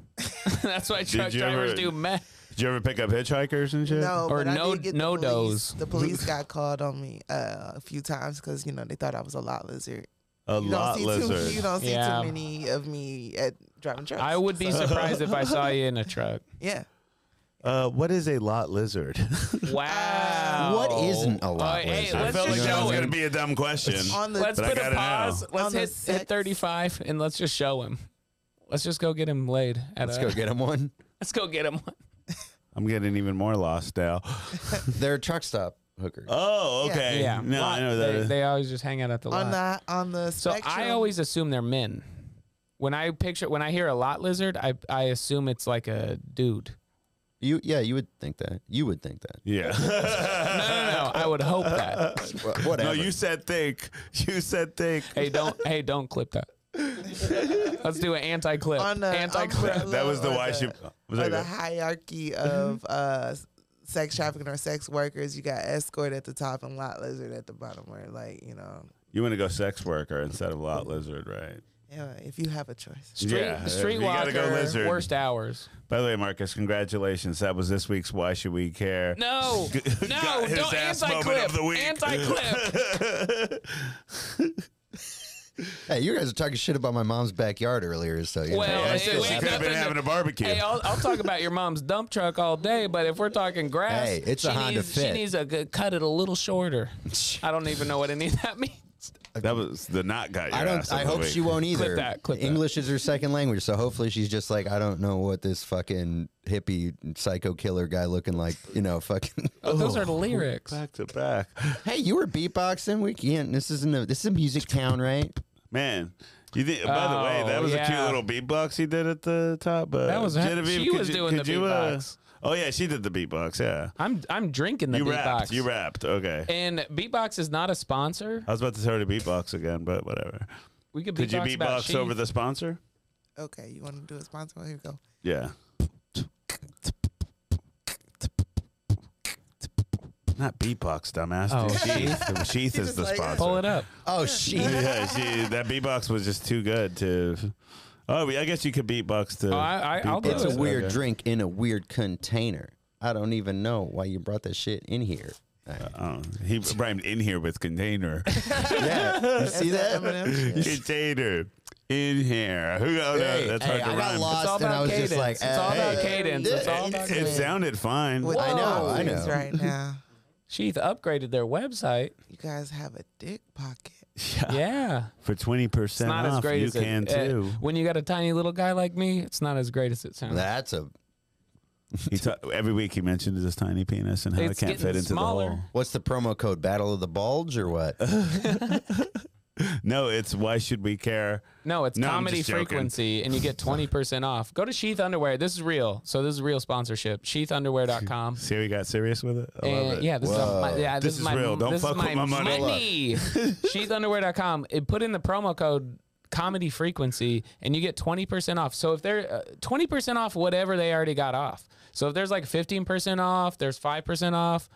that's why truck you drivers ever- do meth. Did you ever pick up hitchhikers and shit? no, Or but I no- did get no the police. dose. The police got called on me uh, a few times because you know they thought I was a lot lizard. A You don't lot see lizard. Too, you don't see Yeah. too many of me at driving trucks. I would be So, surprised if I saw you in a truck. yeah. Uh, what is a lot lizard? Wow. What isn't a lot Uh, hey, lizard? I let's felt like just that show was going to him. be a dumb question. On the Let's But I put gotta a pause. know. Let's On the hit, hit sex- 35 and let's just show him. Let's just go get him laid. At Let's a- go get him one. Let's go get him one. I'm getting even more lost now. They're truck stop hookers. Oh, Yeah. okay. Yeah. No, I know They, that. they always just hang out at the on lot. the on the so spectrum. I always assume they're men. When I picture when I hear a lot lizard, I I assume it's like a dude. You, yeah, you would think that. You would think that. yeah. No, no, no. I would hope that. Wha- Whatever. no, you said think. You said think. Hey, don't hey, don't clip that. Let's do an anti clip. On the Anti clip. umbrella. that was the or why the- she was or like, the hierarchy Mm-hmm. of uh, sex trafficking or sex workers. You got escort at the top and lot lizard at the bottom. Where like you know, you want to go sex worker instead of lot lizard, right? yeah, if you have a choice. Street, Yeah, street you gotta go walker, lizard. worst hours. By the way, Marcus, congratulations. That was this week's Why Should We Care? No, no, Got his don't ass anti moment clip. of the week. Anti clip. hey, you guys were talking shit about my mom's backyard earlier, so you Well, know, it I feel was she like- could have been nothing to- having a barbecue. Hey, I'll, I'll talk about your mom's dump truck all day, but if we're talking grass, Hey, it's she a Honda needs, Fit. She needs to cut it a little shorter. I don't even know what any of that means. That was the not guy. I don't. I hope she won't either. that, clip that. English is her second language, so hopefully she's just like I don't know what this fucking hippie psycho killer guy looking like. You know, fucking. Oh, those are the lyrics. Back to back, hey, you were beatboxing. We can't. This isn't a. This is a music town, right? man. You think, by the way, that Oh, was a cute yeah. little beatbox he did at the top. Uh, That was her- Genevieve, she could was you- doing could the you, uh, beatbox. oh yeah, she did the beatbox. Yeah, I'm I'm drinking the you beatbox. rapped. You rapped. Okay. And beatbox is not a sponsor. I was about to start a beatbox again, but whatever. We could beatbox, Could you about beatbox sheep. over the sponsor? Okay, you want to do a sponsor? Here we go. Yeah. Not beatbox, dumbass. Oh, Sheath. Sheath is just the like, sponsor. Pull it up. Oh shit. yeah, she, that beatbox was just too good to. Oh, I guess you could beatbox to. Oh, I, I, I'll do It's it. a weird Okay. drink in a weird container. I don't even know why you brought that shit in here. oh, he rhymed in here with container. Yeah, you see that? container. In here. Who? Oh, no, that's hey, hard to I got rhyme. lost, It's all and I about was cadence. just like, it's all eh, about hey. cadence. It's all about It cadence. sounded fine. With I know, I these know. Right now, Sheath upgraded their website. you guys have a dick pocket. Uh, Yeah. For 20% It's not off, as great you as can it, uh, too. when you got a tiny little guy like me, it's not as great as it sounds. That's a. He ta- every week he mentions his tiny penis and how It's it can't getting fit into smaller. the hole. What's the promo code? Battle of the Bulge or what? No, it's why should we care? No, it's No, I'm comedy just joking. frequency, and you get 20% off. Go to Sheath Underwear. This is real. So this is real sponsorship. SheathUnderwear.com. See, how he got serious with it. I love And it. yeah, this Whoa. is my, yeah, This this, is is my real. Don't this fuck is with my my money. SheathUnderwear.com. It put in the promo code comedy frequency and you get 20% off. So if they're uh, 20% off whatever they already got off. So if there's like 15% off, there's 5% off,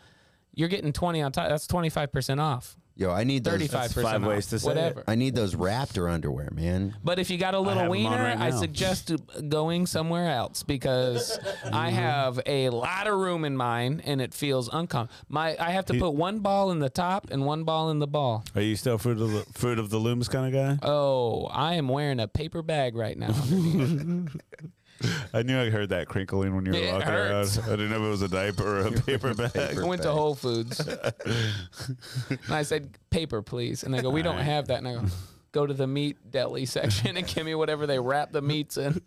you're getting 20 on top. That's 25% off. Yo, I need those. 35% five off. ways to say it. whatever. I need those Raptor underwear, man. But if you got a little have 'em on wiener, right I now. suggest going somewhere else because I Mm-hmm. have a lot of room in mine and it feels uncomfortable. My I have to put one ball in the top and one ball in the ball. Are you still fruit of the, fruit of the looms kind of guy? Oh, I am wearing a paper bag right now. I knew I heard that crinkling when you were It walking hurts. around. I didn't know if it was a diaper or a paper bag. I went to bag. Whole Foods and I said, "Paper, please." And they go, "We don't have that." And I go, "Go to the meat deli section and give me whatever they wrap the meats in."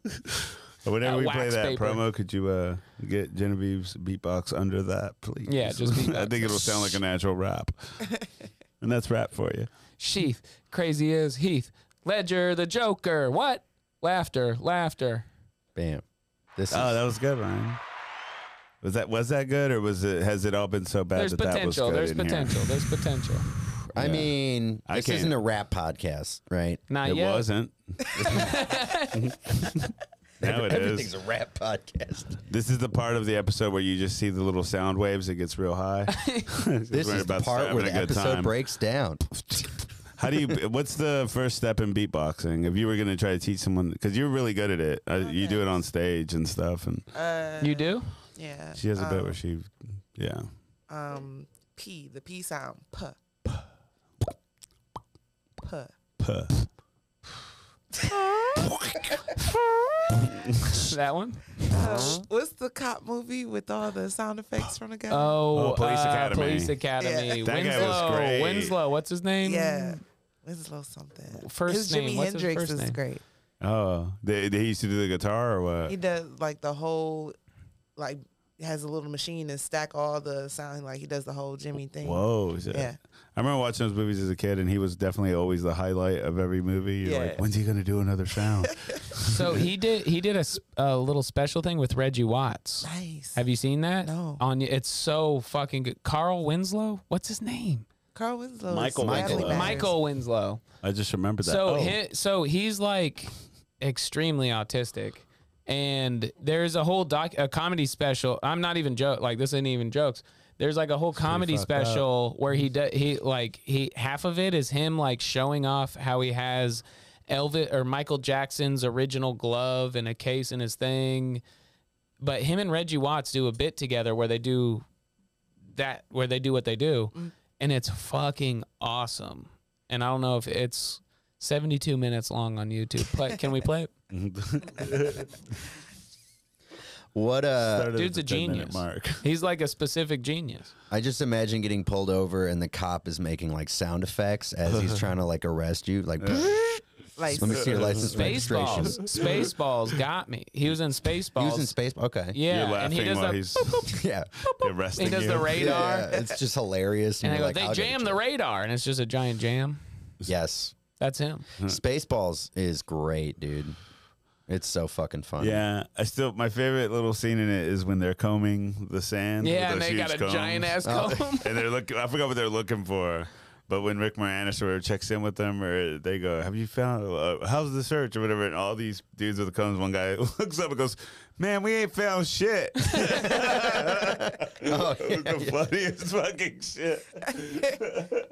Whenever That we play wax that paper. promo, could you uh, get Genevieve's beatbox under that, please? Yeah, just I beatbox. think it'll sound like a natural rap, and that's rap for you. Sheath, crazy is Heath, Ledger, the Joker. What? Laughter, laughter. Bam. This is. Oh, that was good, Ryan. Was that was that good, or was it? Has it all been so bad There's that that was potential. good There's in here? potential. There's potential. I yeah. mean, I this can't- isn't a rap podcast, right? Not It yet. wasn't. now it Everything's is. a rap podcast. This is the part of the episode where you just see the little sound waves. It gets real high. This is the part where the episode breaks down. How do you? What's the first step in beatboxing? If you were going to try to teach someone, because you're really good at it, uh, you do it on stage and stuff. And Uh, You do? yeah. she has a bit um, Oh. where she, yeah. um P, the P sound. P. P. Puh. That one? Uh, what's the cop movie with all the sound effects from the guy? Oh, Oh, Police uh, Academy. Police Academy. Yeah. That guy was Winslow. great. Winslow. What's his name? yeah. Winslow something. First His name, Jimi what's his Hendrix first is name? great. Oh, they, they used to do the guitar or what? He does like the whole like has a little machine and stack all the sound like he does the whole Jimmy thing. Whoa. is it- Yeah. I remember watching those movies as a kid, and he was definitely always the highlight of every movie. You're Yeah. like, when's he going to do another sound? So he did. He did a, s- a little special thing with Reggie Watts. Nice. Have you seen that? No. On it's so fucking good. Carl Winslow. What's his name? Carl Winslow. is Michael Bradley Winslow. Baggers. Michael Winslow. I just remembered that. So oh, he, so he's like extremely autistic, and there's a whole doc a comedy special. I'm not even joke like this ain't even jokes. There's like a whole comedy fucked up. special where he does he like he half of it is him like showing off how he has Elvis or Michael Jackson's original glove and a case in his thing. But him and Reggie Watts do a bit together where they do that where they do what they do and it's fucking awesome. And I don't know if it's 72 minutes long on YouTube. Play, can we play it? What uh Started at Dude's the a 10-minute genius. Mark. He's like a specific genius. I just imagine getting pulled over and the cop is making like sound effects as he's trying to like arrest you. Like Like let me see your license and registration. Spaceballs. Spaceballs got me. He was in Spaceballs. He was in space. Okay. yeah, You're and he laughing does while the, he's Yeah. arresting he does you. the radar, Yeah, It's just hilarious. and I you're go, like, they I'll get jam you." the radar, and it's just a giant jam. Yes. That's him. Spaceballs is great, dude. It's so fucking fun. Yeah, I still my favorite little scene in it is when they're combing the sand. Yeah, with and those they huge got a combs. giant ass Oh. comb. And they're looking. I forgot what they're looking for. But when Rick Moranis or whatever checks in with them, or they go, "Have you found? Uh, how's the search or whatever?" And all these dudes with the combs. One guy looks up and goes, "Man, we ain't found shit." Oh, yeah, It was the funniest fucking shit. It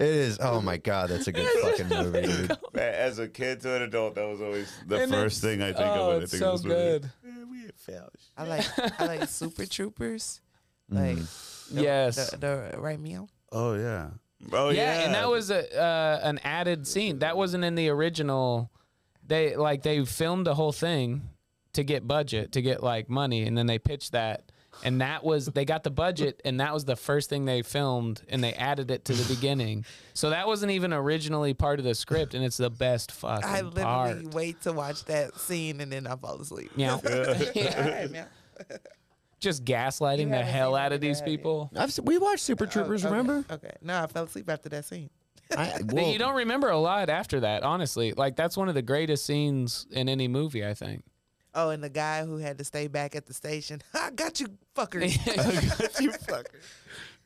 is. Oh my god, that's a good fucking movie, dude. Man, as a kid to an adult, that was always the And first it's- thing I think oh, of when I it's think so of this movie. good. Man, we ain't found shit. I like I like Super Troopers. Mm. Like the- Yes. the, the right meal. Oh yeah. Oh yeah. yeah, and that was a uh, an added scene that wasn't in the original. They like they filmed the whole thing to get budget to get like money, and then they pitched that, and that was they got the budget, and that was the first thing they filmed, and they added it to the beginning. So that wasn't even originally part of the script, and it's the best fucking I literally part. wait to watch that scene and then I fall asleep. Yeah, All right, meow. just gaslighting the haven't hell seen out it of these yet, have you? people. I've, s- we watched Oh, Super Troopers. Oh, Okay, Remember? Okay. No, I fell asleep after that scene. I, That well, you don't remember a lot after that, honestly. Like that's one of the greatest scenes in any movie, I think. Oh, and the guy who had to stay back at the station. I got you, fuckers. you fucker.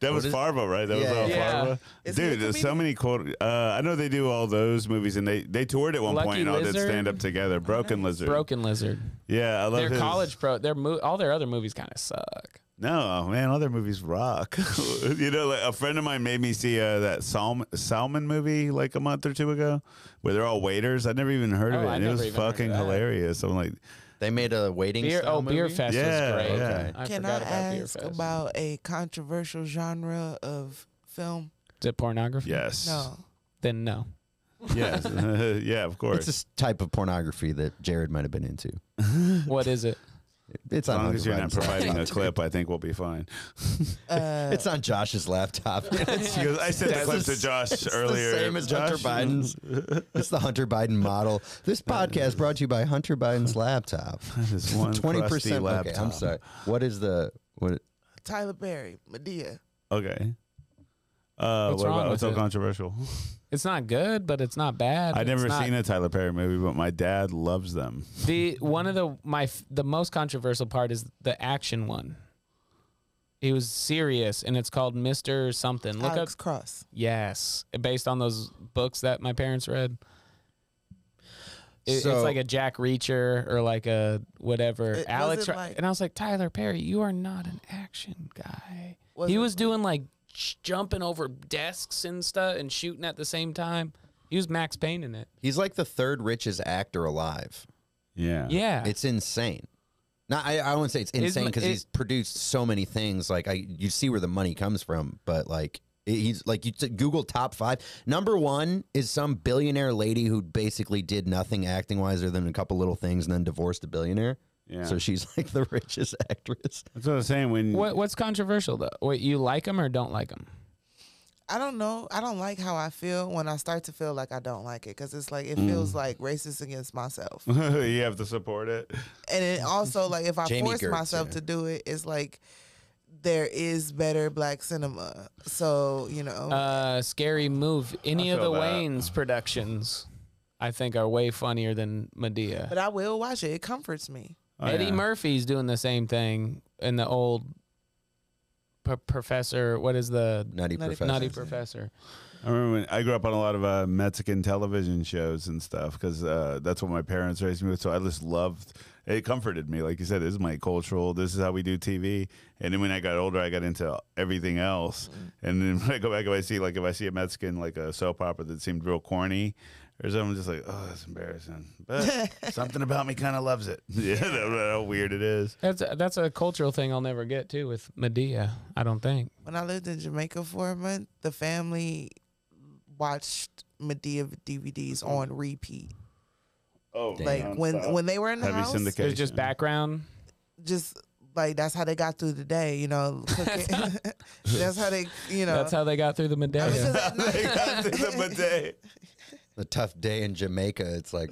That was is- Farva, right? That Yeah, was all yeah. Farva. Is he a Dude, there's so many quote. Uh, I know they do all those movies, and they they toured at one Lucky point and all did Lizard. stand up together. Broken Lizard. Broken Lizard. Yeah, I love Their his- college pro, their mo- all their other movies kind of suck. No, oh, man, all their movies rock. you know, like a friend of mine made me see uh, that Salmon, Salmon movie like a month or two ago, where they're all waiters. I'd never even heard Oh, of it. I and it never was even heard of fucking that. hilarious. I'm like, They made a waiting. Beer, style oh, Beer movie? Fest Yeah, was great. yeah. I Can I forgot about Beer ask Fest. about a controversial genre of film? Is it pornography? yes, No. Then no. yes, yeah, of course. It's a s- type of pornography that Jared might have been into. What is it? It's as on. long as you're not Hunter Biden's providing a laptop. clip, I think we'll be fine. Uh, It's on Josh's laptop. It's She goes, I sent the That's clip the to s- Josh the earlier. same as Hunter Josh, Biden's. It's the Hunter Biden model. This podcast brought to you by Hunter Biden's laptop. This one Twenty 20% crusty percent. laptop. Okay, I'm sorry. What is the what? Tyler Perry, Medea. Okay. Uh, What's what wrong about with what's so it? controversial? It's not good, but it's not bad. I've never It's not- seen a Tyler Perry movie, but my dad loves them. The one of the my f- the most controversial part is the action one. It was serious, and it's called Mister Something. Look up, Alex Cross. yes, based on those books that my parents read. It, So- it's like a Jack Reacher or like a whatever It- was Alex, it Ro- like- and I was like Tyler Perry, you are not an action guy. Was he it was doing like sh- jumping over desks and stuff and shooting at the same time. He was Max Payne in it. He's like the third richest actor alive. Yeah. Yeah, It's insane. Not, I, I wouldn't say it's Isn't insane because it- he's produced so many things. Like I, you see where the money comes from, but like it- he's like you t- Google top five. Number one is some billionaire lady who basically did nothing acting wise other than a couple little things and then divorced a billionaire. Yeah. So she's like the richest actress. That's what I was saying. When What what's controversial though? Wait, you like them or don't like them? I don't know. I don't like how I feel when I start to feel like I don't like it because it's like it feels Mm. like racist against myself. you have to support it. and it also like if I Jamie force Gertz, myself yeah. to do it, it's like there is better black cinema. So you know, Uh, scary move. Any I of the feel that. Wayne's productions, I think, are way funnier than Medea. but I will watch it. It comforts me. Oh, Eddie yeah. Murphy's doing the same thing in the old p- professor. What is the Nutty Nutty, professor. nutty Professor. professor? I remember when I grew up on a lot of uh, Mexican television shows and stuff because uh, that's what my parents raised me with. So I just loved it. Comforted me, like you said, this is my cultural. This is how we do TV. And then when I got older, I got into everything else. Mm. And then when I go back, if I see like if I see a Mexican like a soap opera that seemed real corny. Or something just like, oh, that's embarrassing. But something about me kind of loves it. Yeah, I don't know how weird it is. That's a, that's a cultural thing I'll never get to with Medea. I don't think. When I lived in Jamaica for a month, the family watched Medea DVDs Mm-hmm. on repeat. Oh, Like when when they were in the Heavy house, syndication. There's just background. just like that's how they got through the day, you know. Cooking. that's how they, you know. That's how they got through the I was medallion. just at they night- got to the bidet. The tough day in Jamaica. It's like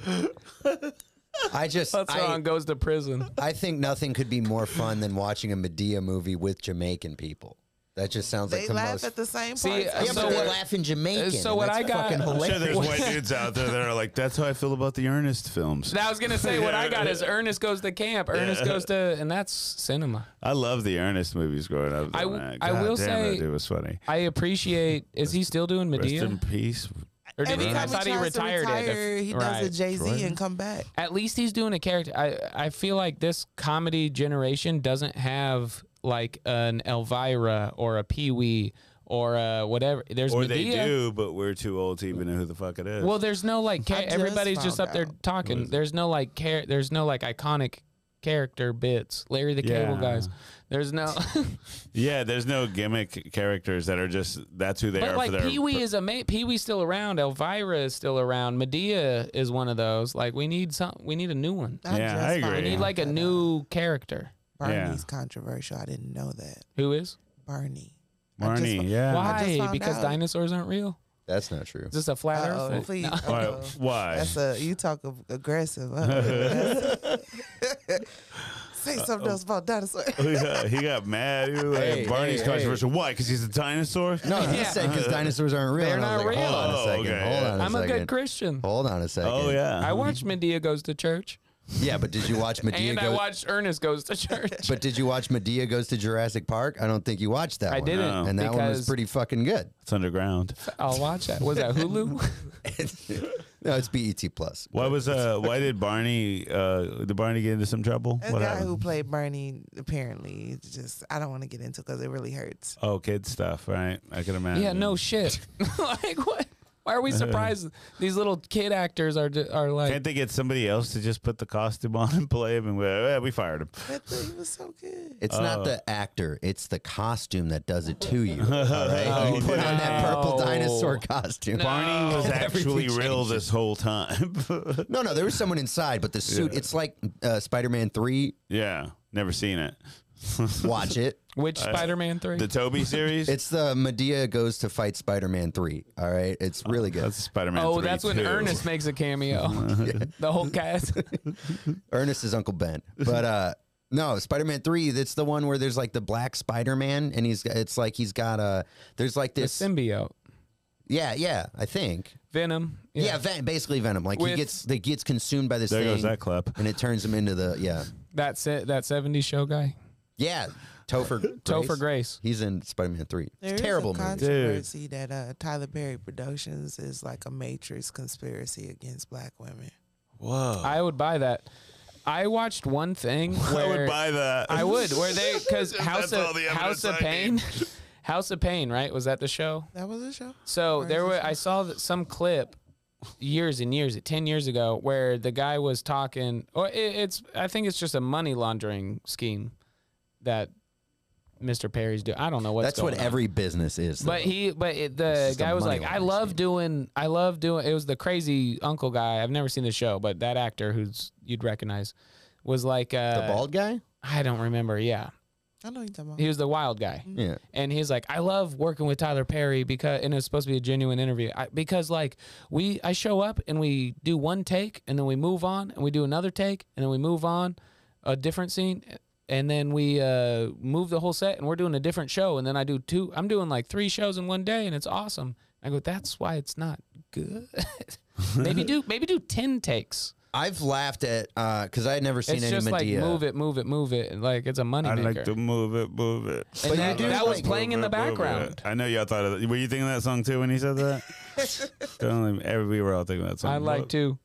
I just What's I, wrong? Goes to prison. I think nothing could be more fun than watching a Medea movie with Jamaican people. That just sounds they like the laugh most. at the same See, parts. uh, I'm yeah, so but they what- laugh in Jamaican. so and what that's I got- fucking I'm I'm sure hilarious. there's white dudes out there that are like, that's how I feel about the Ernest films. I was gonna say what I got is Ernest goes to camp. Ernest goes to, and that's cinema. I love the Ernest movies growing up. I w- man. I God will damn, say- that dude was funny. I appreciate. Is he still doing Rest in Medea? peace. Or did Every he? time I he thought he tries to retired retire, it. he Right. does a Jay Z Right. and come back. At least he's doing a character. I I feel like this comedy generation doesn't have like an Elvira or a Pee Wee or a whatever. There's Or Medea. they do, but we're too old to even know who the fuck it is. Well, there's no like cha- I just everybody's just found up there out. talking. There's no like char- there's no like iconic character bits. Larry the Cable Yeah. Guy's. There's no yeah, there's no gimmick characters that are just that's who they But are like for their Pee Wee is a Pee Wee's still around. Elvira is still around. Medea is one of those. Like we need some. We need a new one. I'm Yeah, just I agree. We finding need like a out that, uh, new character. Barney's Yeah. controversial. I didn't know that. Who is? Barney. I just- Barney, yeah. just Why? found Because out. dinosaurs aren't real. That's not true. Is this a flat Uh-oh, Earth? please. No. Why? Uh-oh. Why? That's a you talk ag- aggressive. Uh-oh. Say something else about dinosaurs. Oh, yeah, he got mad. He was like, Hey, Barney's hey, hey. controversial. Why? Because he's a dinosaur. No, he said because dinosaurs aren't real. They're and I was not like, Hold on a real. second. Oh, okay. Hold on a I'm a second. good Christian. Hold on a second. Oh I yeah. watched Medea goes to church, Yeah, but did you watch Medea? and I Go- watched Ernest goes to church. but did you watch Medea Goes to Jurassic Park? I don't think you watched that I one. didn't No. And that one was because- pretty fucking good. It's underground. I'll watch that. Was that Hulu? no, it's BET Plus. Why was uh? Why did Barney uh? Did Barney get into some trouble? A what guy happened? who played Barney apparently it's just I don't want to get into because it really hurts. Oh, kid stuff, right? I can imagine. Yeah, no shit. like what? Why are we surprised these little kid actors are ju- are like? Can't they get somebody else to just put the costume on and play him? And we, eh, we fired him. That thing was so good. It's Oh. not the actor, it's the costume that does it to you. All right? Oh, you put on that purple no. dinosaur costume. Barney was actually Everything real this whole time. No, no, there was someone inside, but the suit, Yeah. it's like uh, Spider Man 3. yeah, never seen it. Watch it. Which Spider-Man three? The Toby series. It's the Medea goes to fight Spider Man 3. All right. It's really good. that's Spider-Man. Oh, 3 that's when too. Ernest makes a cameo. the whole cast. Ernest is Uncle Ben. But uh no, Spider Man three, that's the one where there's like the black Spider Man and he's it's like he's got a there's like the this symbiote. Yeah, yeah, I think. Venom. Yeah, Ven- basically Venom. Like he With- gets they gets consumed by this There thing goes that clip. and it turns him into the yeah. That's it. That 70s show guy. Yeah. Topher Grace. Topher Grace. He's in Spider Man three. It's There is a terrible a movie. controversy that uh, Tyler Perry Productions is like a matrix conspiracy against black women. Whoa. I would buy that. I watched one thing I where would buy that. I would. Where they because House all of the House evidence of I Pain, House of Pain, right? Was that the show? That was a show. So Or is there this were I saw that some clip years and years, ten years ago, where the guy was talking. Or it, it's I think it's just a money laundering scheme that Mr. Perry's doing. I don't know what's That's what going on. every business is. But though. he, but it, the It's just a guy was money like, I laundering love scheme." doing, I love doing. It was the crazy uncle guy. I've never seen the show, but that actor who's you'd recognize was like, uh, the bald guy? I don't remember. Yeah, I know you're talking about. he was the wild guy, Mm-hmm. Yeah. and he's like, I love working with Tyler Perry because, and it's supposed to be a genuine interview I, because like we, I show up and we do one take, and then we move on, and we do another take, and then we move on, a different scene. And then we uh, move the whole set, and we're doing a different show. And then I do two. I'm doing like three shows in one day, and it's awesome. I go, that's why it's not good. maybe do maybe do ten takes. I've laughed at because I had never seen It's any just like Medea. move it, move it, move it. and, Like it's a money I'd maker. like to move it, move it. And But you that, do that was like- playing in the Move it, move it. background. I know y'all thought of that. Were you thinking that song too when he said that? Don't let me- every- we were all thinking that song. I'd like to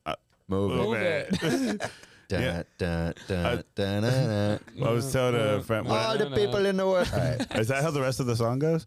Move it. move it. Dun, Yeah. dun, dun, dun, dun, dun. I was telling a friend. No, All no, the no. people in the world. All right. Is that how the rest of the song goes?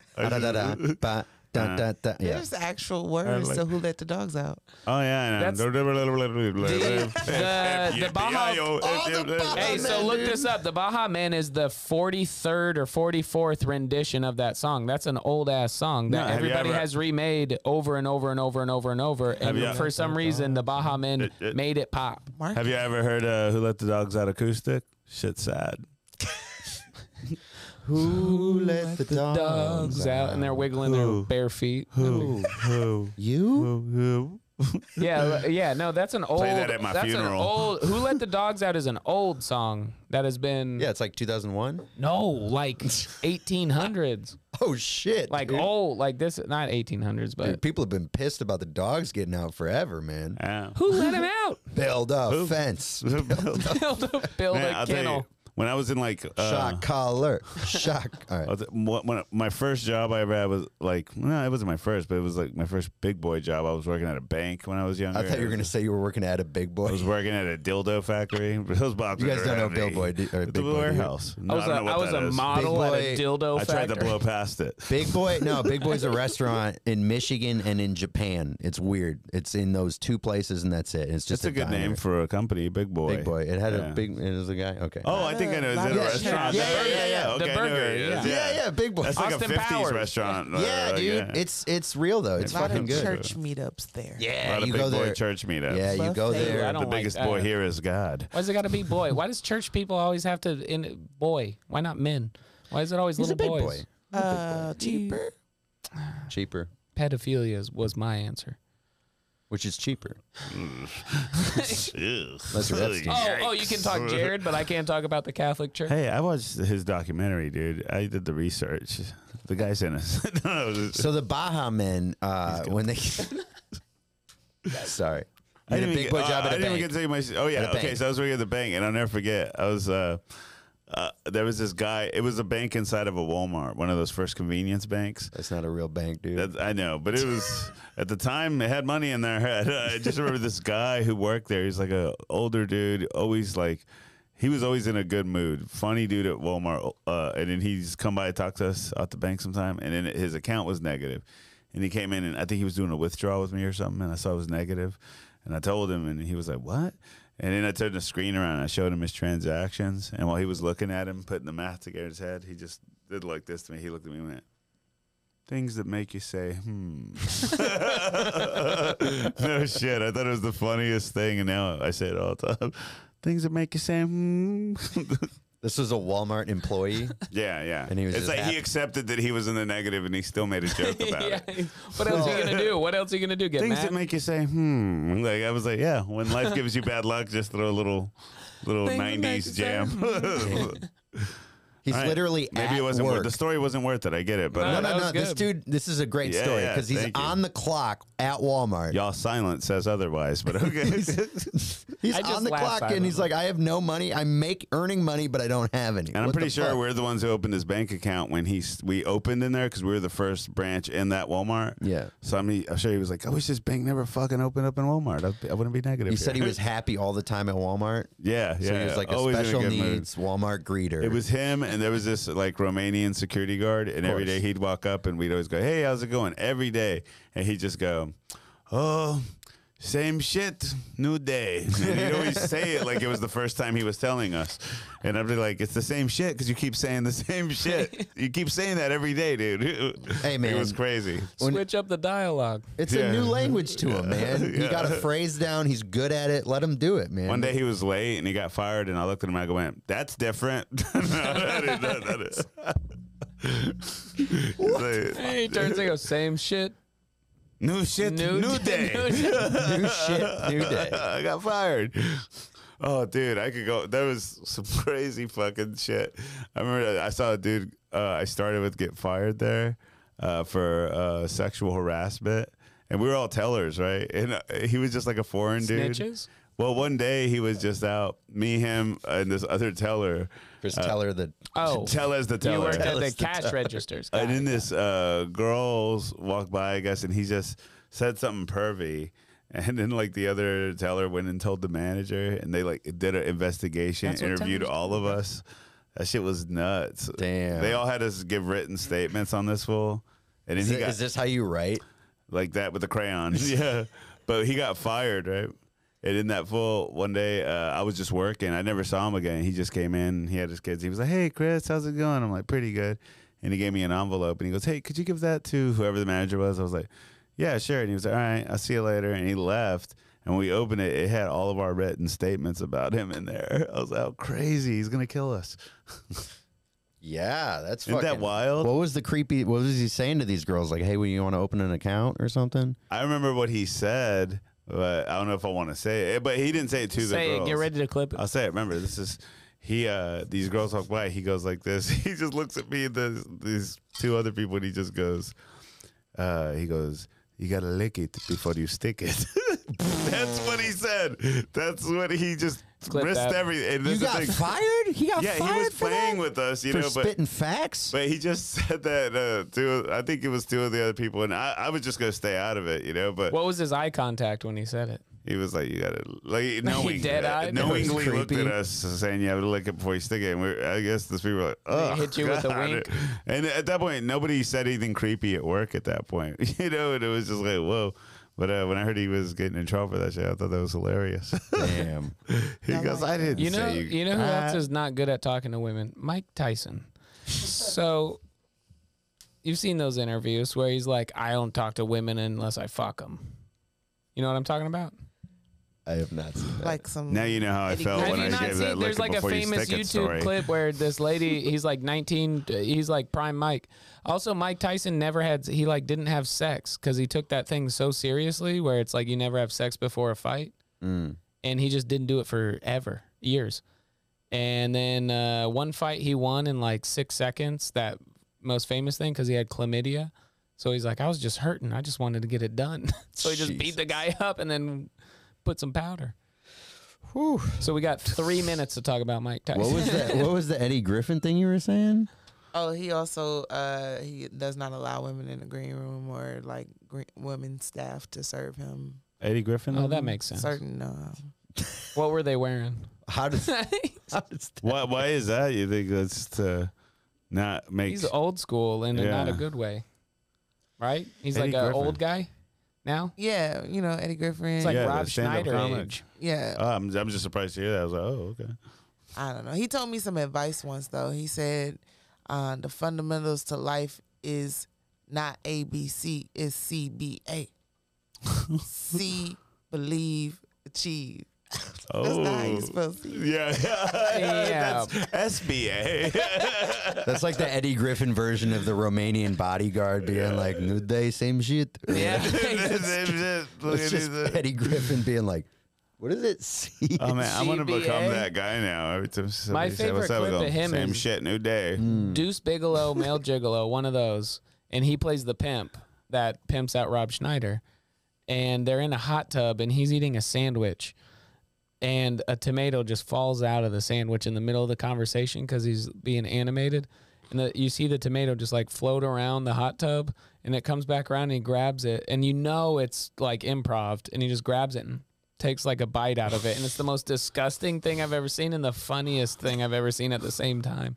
Da, da, da, da, ba, Uh, da, da, da. Yeah. There's actual words like- to who let the dogs out. Oh yeah, That's- no. the- the Baja- All the Baja Hey, so Man, look dude. this up. The Baja Man is the 43rd or 44th rendition of that song. That's an old ass song No, that have you everybody ever- has remade over and over and over and over and over. And you- for some reason, the Baja Men it- made it pop. Mark Have you ever heard uh, "Who Let the Dogs Out" acoustic? Shit's sad. Who let the dogs, Dogs out, and they're wiggling their Who? bare feet. Who? Who? You? Who? Who? Yeah, l- yeah. No, that's an old. that at my that's funeral. An old. Who let the dogs out is an old song that has been. Yeah, it's like 2001. No, like 1800s. Oh shit! Like dude. old, like this, not 1800s, but Dude, people have been pissed about the dogs getting out forever, man. Yeah. who let him out? Build a fence, Build a, build Man, a I'll tell you, kennel. when I was in like uh, shock collar, shock. All I right. was- wh- when I- my first job I ever had was like no, it wasn't my first, but it was like my first big boy job. I was working at a bank when I was younger. I thought you were gonna say you were working at a big I boy. was working at a dildo factory. Those boxes You guys are don't know heavy. Bill Boy, do you- or the Big Boy, do you? warehouse. I No, was a, don't know I what was that a is. model at a Big boy. dildo I tried to factory. blow past it. Big Boy, no, Big Boy's a restaurant in Michigan and in Japan. It's weird. It's in those two places, and that's it. It's That's just a, good diner. name for a company, Big Boy. Big Boy. It had Yeah. a big. It was a guy. Okay. Oh, I think I know. Is it a Yeah, restaurant? yeah, yeah, yeah, yeah. The Okay, I know where it burger, is. yeah. yeah, yeah, Big Boy. That's like Austin a 50s Powers. restaurant. yeah, Uh, dude. It's it's real though. It's a lot fucking of good. church meetups there. a lot Yeah, of you Big go Boy there. church meetups. Yeah, you go Buffet. Ooh, I don't there. The like biggest that. boy here is God. Why's it got to be boy? Why does church people always have to in boy? Why not men? Why is it always He's a little big boy. boys? Uh, cheaper. Cheaper, Pedophilia is, was my answer. which is cheaper. That's Epstein. Oh, oh, you can talk Jared, but I can't talk about the Catholic Church. Hey, I watched his documentary, dude. I did the research. The guy's innocent. No, it was- So the Baja men, uh, when they, sorry, I I did a didn't big even boy get- job uh, at I a didn't bank. even get to tell you my. s- Oh yeah, At a okay. bank. So I was working at the bank, and I'll never forget. I was. Uh, uh, there was this guy. It was a bank inside of a Walmart, one of those first convenience banks. That's not a real bank, dude. That, I know, but it was at the time it had money in their head. I just remember this guy who worked there. He's like a older dude, always like he was always in a good mood, funny dude at Walmart. Uh, and then he's come by and talk to us at the bank sometime. And then his account was negative, and he came in and I think he was doing a withdrawal with me or something. And I saw it was negative, and I told him, and he was like, "What?" And then I turned the screen around. And I showed him his transactions, and while he was looking at him, putting the math together in his head, he just did like this to me. He looked at me and went. Things that make you say, hmm. no shit. I thought it was the funniest thing, and now I say it all the time. Things that make you say, hmm. this was a Walmart employee. yeah, yeah. And he was it's just like happy. he accepted that he was in the negative and he still made a joke about yeah. it. What else are you gonna do? What else are you gonna do? Get Things mad? that make you say, hmm. Like, I was like, yeah, when life gives you bad luck, just throw a little little Things that make 90s jam. you hmm. He's All right. literally Maybe at it wasn't work. worth The story wasn't worth it. I get it. But No, No, uh, that no, was no. This good. dude, this is a great Yeah, story yeah, because he's thank you. on the clock at Walmart. y'all silence says otherwise, but okay. He's I just on the laugh clock and he's silently. like, I have no money. I'm make earning money, but I don't have any. And I'm What pretty the sure fuck? we're the ones who opened his bank account when he s- we opened in there because we were the first branch in that Walmart. Yeah. So I'm, I'm sure he was like, "I wish this bank never fucking opened up in Walmart. I'd be, I wouldn't be negative." He said he here." was happy all the time at Walmart. yeah, yeah. So he was like a always in special good mood. needs Walmart greeter. It was him, and there was this like Romanian security guard, and every day he'd walk up, and we'd always go, "Hey, how's it going?" Every day, and he'd just go, "Oh." Same shit, new day. And he'd always say it like it was the first time he was telling us. And I'd be like, it's the same shit because you keep saying the same shit. You keep saying that every day, dude. Hey, man. It was crazy. Switch up the dialogue. It's Yeah. a new language to him, man. He Yeah. got a phrase down. He's good at it. Let him do it, man. One day he was late and he got fired, and I looked at him and I went, that's different. no, that is, that, that is. It's like, He turns and goes, same shit, New shit, new, new, day. new day. new shit, new day. I got fired. Oh, dude, I could go. That was some crazy fucking shit. I remember I saw a dude. Uh, I started with get fired there uh, for uh, sexual harassment, and we were all tellers, right? And uh, he was just like a foreign dude. Snitches. Well, one day he was just out. Me, him, and this other teller. Chris Teller, the Oh, Teller's the teller. you worked at Tell the us the cash registers. And Got then it. this uh, girls walked by, I guess, and he just said something pervy. And then like the other teller went and told the manager, and they like did an investigation, That's what interviewed tellers all of us. That shit was nuts. Damn. They all had us give written statements on this fool, and then Is, he it- got is this how you write? like that with the crayon. yeah. But he got fired, right? And in that full one day, uh, I was just working. I never saw him again. He just came in. He had his kids. He was like, "Hey, Chris, how's it going?" I'm like, "Pretty good." And he gave me an envelope, and he goes, "Hey, could you give that to whoever the manager was?" I was like, "Yeah, sure." And he was like, "All right, I'll see you later." And he left. And when we opened it, it had all of our written statements about him in there. I was like, oh, crazy. He's going to kill us. Yeah, that's Isn't fucking. that wild? What was the creepy? What was he saying to these girls? Like, hey, will you want to open an account or something? I remember what he said, but I don't know if I want to say it. But he didn't say it to the Say it. girls. Get ready to clip it. I'll say it. Remember, this is he. uh These girls walk by. He goes like this. He just looks at me and this, these two other people, and he just goes. uh He goes. You gotta lick it before you stick it. That's what he said. That's what he just Clip risked that. everything. And this You is the got thing. fired? He got Yeah, fired he was for playing that? with us, you for know. But spitting facts. but he just said that uh, two. I think it was two of the other people, and I, I was just gonna stay out of it, you know. But What was his eye contact when he said it? he was like, "You gotta like knowing, dead-eyed? knowingly That was looked at creepy. us, saying you have to lick it before you stick it." And we, I guess this people were like, "Oh, hit you with a wink. And at that point, nobody said anything creepy at work. At that point, you know, and it was just like, "Whoa." But uh, when I heard he was getting in trouble for that shit, I thought that was hilarious. Damn. he I goes, like "I that. didn't You know, say you know who else is not good at talking to women? Mike Tyson. so you've seen those interviews where he's like, "I don't talk to women unless I fuck them." You know what I'm talking about? I have not seen that. like some Now you know how I Eddie felt Griffin. Oh, when Have you I not gave that seen? lick There's like a before you famous stick it YouTube story. clip where this lady, he's like 19, he's like prime Mike. Also, Mike Tyson never had, he like didn't have sex because he took that thing so seriously where it's like you never have sex before a fight. Mm. and he just didn't do it forever, years. And then uh, one fight he won in like six seconds, that most famous thing, because he had chlamydia. So he's like, I was just hurting. I just wanted to get it done. so he just beat the guy up and then put some powder. So we got three minutes to talk about Mike Tyson. What was that? What was the Eddie Griffin thing you were saying? Oh, he also uh he does not allow women in the green room or like green, women staff to serve him Eddie Griffin. Oh, that makes sense. certain uh, What were they wearing? How does? How does Why? Why is that? You think that's to not make? He's old school and not a Yeah. good way, right? He's Eddie like an Griffin. old guy now. yeah, you know Eddie Griffin. It's like Yeah, the Rob stand-up Schneider comic. age. yeah, Oh, I'm, I'm just surprised to hear that. I was like, oh, okay. I don't know. He told me some advice once though. He said uh, the fundamentals to life is not A B C, it's C B A. C believe achieve. Oh, That's not how you supposed to. yeah, Yeah. That's SBA. That's like the Eddie Griffin version of the Romanian bodyguard being like, "New day, same shit." Or Look It's at just these- Eddie Griffin being like, "What is it?" See, Oh man, I want to become CBA. that guy now. Every time somebody say, favorite "What's up?" I clip go, of him same is- Mm. shit, new day. Deuce Bigelow, male gigolo, one of those, and he plays the pimp that pimps out Rob Schneider, and they're in a hot tub, and he's eating a sandwich, and a tomato just falls out of the sandwich in the middle of the conversation because he's being animated, and the, you see the tomato just like float around the hot tub, and it comes back around and he grabs it, and you know it's like improv, and he just grabs it and takes like a bite out of it, and it's the most disgusting thing I've ever seen, and the funniest thing I've ever seen at the same time.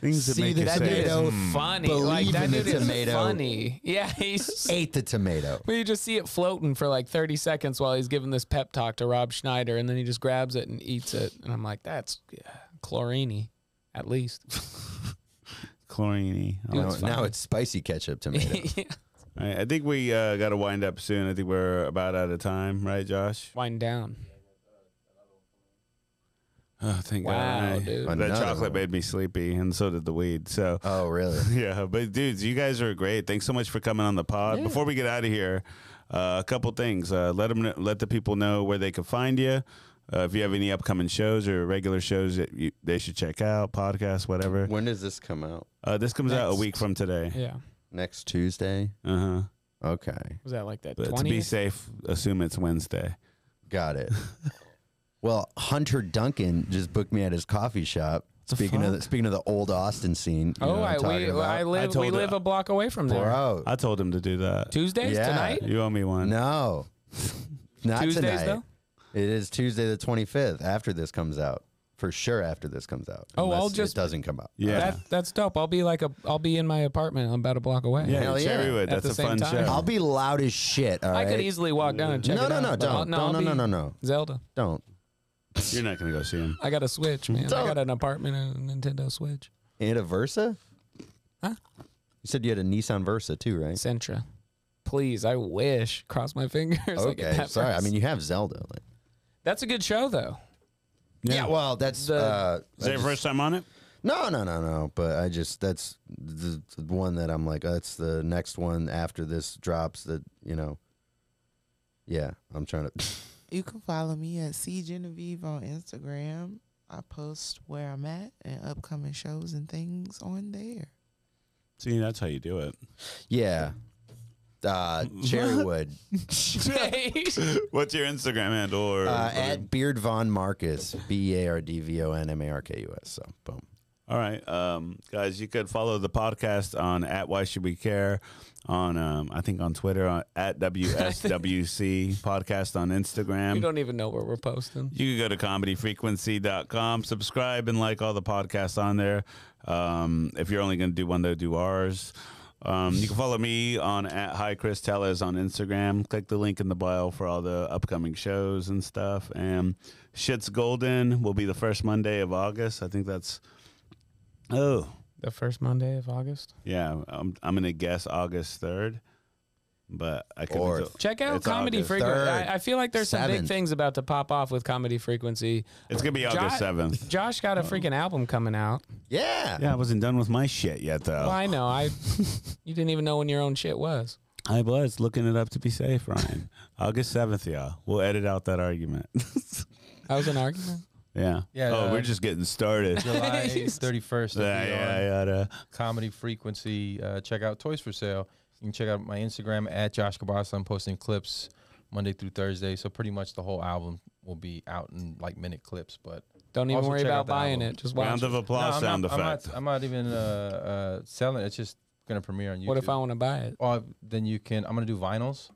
Things that See, make the you That dude say, tomato- Mm. "Hmm." is funny. Believe Like that in the dude is tomato. funny. Yeah, he's. ate the tomato. But you just see it floating for like 30 seconds while he's giving this pep talk to Rob Schneider, and then he just grabs it and eats it. And I'm like, that's yeah, chlorini, at least. chlorine. I Dude, like it's No, it. fine. now it's spicy ketchup tomato. Yeah. All right, I think we uh, got to wind up soon. I think we're about out of time, right, Josh? Wind down. Oh, thank Wow, God! dude. That Another chocolate one. made me sleepy, and so did the weed. So. oh, really? Yeah, but dudes, you guys are great. Thanks so much for coming on the pod. Before we get out of here, uh, a couple things. Uh, let them let the people know where they can find you. Uh, if you have any upcoming shows or regular shows that you, they should check out, podcasts, whatever. When does this come out? Uh, this comes out a Next. week from today. Yeah. Next Tuesday. Uh huh. Okay, Was that like that But to be 20? safe, assume it's Wednesday. got it. Well, Hunter Duncan just booked me at his coffee shop. Speaking of the, speaking of the old Austin scene, you know Oh, what I'm I, talking we, about? I live, told we her- live a block away from there. bro. I told him to do that. Tuesdays Yeah. tonight? You owe me one. No, not Tuesdays, tonight. though? It is Tuesday the 25th. After this comes out, for sure. After this comes out. Oh, I'll Unless just- it doesn't come out. Yeah. That, that's dope. I'll be like a, I'll be in my apartment. I'm about a block away. yeah, Hell yeah. Cherrywood. At the That's a same fun time. show. I'll be loud as shit. All I right. could easily walk down and check no, it no, out, no, but I'll- don't, no, I'll no, no, be no, no, Zelda. don't. You're not gonna go see him. I got a Switch, man. Don't. I got an apartment and a Nintendo Switch. And a Versa? Huh? You said you had a Nissan Versa too, right? Sentra. please, I wish. Cross my fingers. like, Okay, that sorry. I first. mean, you have Zelda. Like, that's a good show though. yeah. well, that's The- uh, Is that I your just- first time on it? No, no, no, no. But I just that's the, the one that I'm like, that's the next one after this drops. That you know. Yeah, I'm trying to. You can follow me at C Genevieve on Instagram. I post where I'm at and upcoming shows and things on there. See, that's how you do it. Yeah. Uh, Cherrywood What's your Instagram handle? Or uh, or- at Beard Von Marcus B E A R D V O N M A R K U S. So boom. All right, um, guys, you could follow the podcast on at Why Should We Care on um, I think on Twitter on, at WSWC podcast on We Instagram. don't even know where we're posting. You can go to comedyfrequency.com, subscribe and like all the podcasts on there. Um, if you're only going to do one, though, do ours. Um, you can follow me on at Hi Chris Tellez on Instagram. Click the link in the bio for all the upcoming shows and stuff. And Shit's Golden will be the first Monday of August. I think that's oh. The first Monday of August. Yeah, I'm I'm gonna guess August third, but I could Or- Check out It's Comedy August Frequency. third, I, I feel like there's some big seventh. things about to pop off with Comedy Frequency. it's gonna be Josh- August seventh. Josh got a freaking album coming out. Yeah. Yeah, I wasn't done with my shit yet Oh. though. Well, I know. I you didn't even know when your own shit was. I was looking it up to be safe, Ryan. August seventh, y'all. We'll edit out that argument. That was an argument. yeah. Yeah, Oh, uh, we're just getting started. yeah, July 31st. I'll be yeah, on yeah. yeah. Comedy Frequency. Uh, check out Toys for Sale. You can check out my Instagram at Josh Cabasa. I'm posting clips Monday through Thursday. So pretty much the whole album will be out in like minute clips. But Don't even Also worry check about out the buying album. it. Just watch. Round of it. applause I'm sound not, I'm effect. not, I'm not even uh, uh, selling. it. It's just gonna premiere on YouTube. What if I want to buy it? Oh, then you can. I'm gonna do vinyls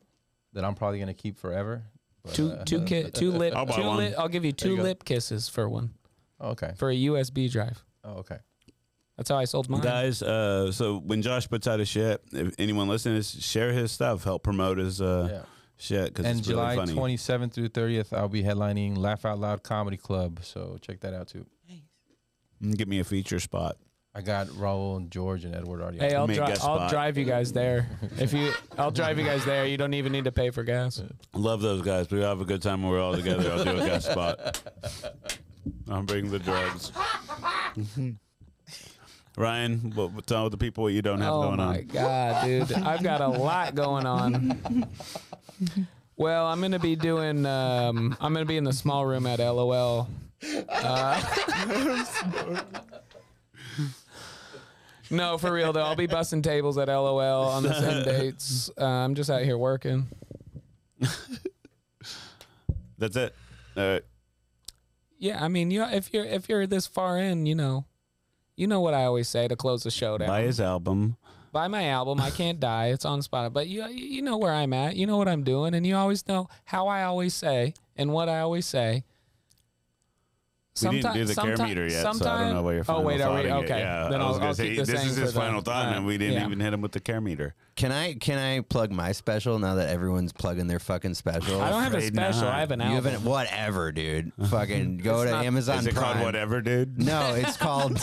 that I'm probably gonna keep forever. But, Two uh, two ki- two lip I'll buy two one. lip. I'll give you There two you go. lip kisses for one oh, okay. for a USB drive. Oh, okay. That's how I sold mine. Guys, uh, so when Josh puts out his shit, if anyone listening, is share his stuff, help promote his uh, Yeah. shit because And it's July really funny. 27th through 30th, I'll be headlining Laugh Out Loud Comedy Club. So check that out too. Mm, Give me a feature spot. I got Raul and George and Edward already. Hey, I'll, Make dri- guest I'll spot. drive you guys there. If you, I'll drive you guys there. You don't even need to pay for gas. Love those guys. We have a good time when we're all together. I'll do a guest spot. I'll bring the drugs. Ryan, what, what- tell the people what you don't have oh going my on. god, dude! I've got a lot going on. Well, I'm gonna be doing. Um, I'm gonna be in the small room at LOL. Uh, no, for real though, I'll be busting tables at LOL on the same dates. Uh, I'm just out here working. That's it. Uh, All right. Yeah, I mean, you if you're if you're this far in, you know, you know what I always say to close the show down. Buy his album. buy my album. I can't die. It's on Spotify. But you you know where I'm at. You know what I'm doing, and you always know how I always say and what I always say. We didn't Someti- do the care someti- meter yet, so I don't sometime- know what your Oh final wait, thought are we is yet. okay? Yeah, Then I was I'll, gonna I'll say, keep the this same is for his the- final thought, Alright, and we didn't yeah. even hit him with the care meter. Can I can I plug my special now that everyone's plugging their fucking special? I don't have a Afraid special. not. I have an You album. haven't whatever, dude. Fucking go It's to not- Amazon Is it Prime. called whatever, dude? No, it's called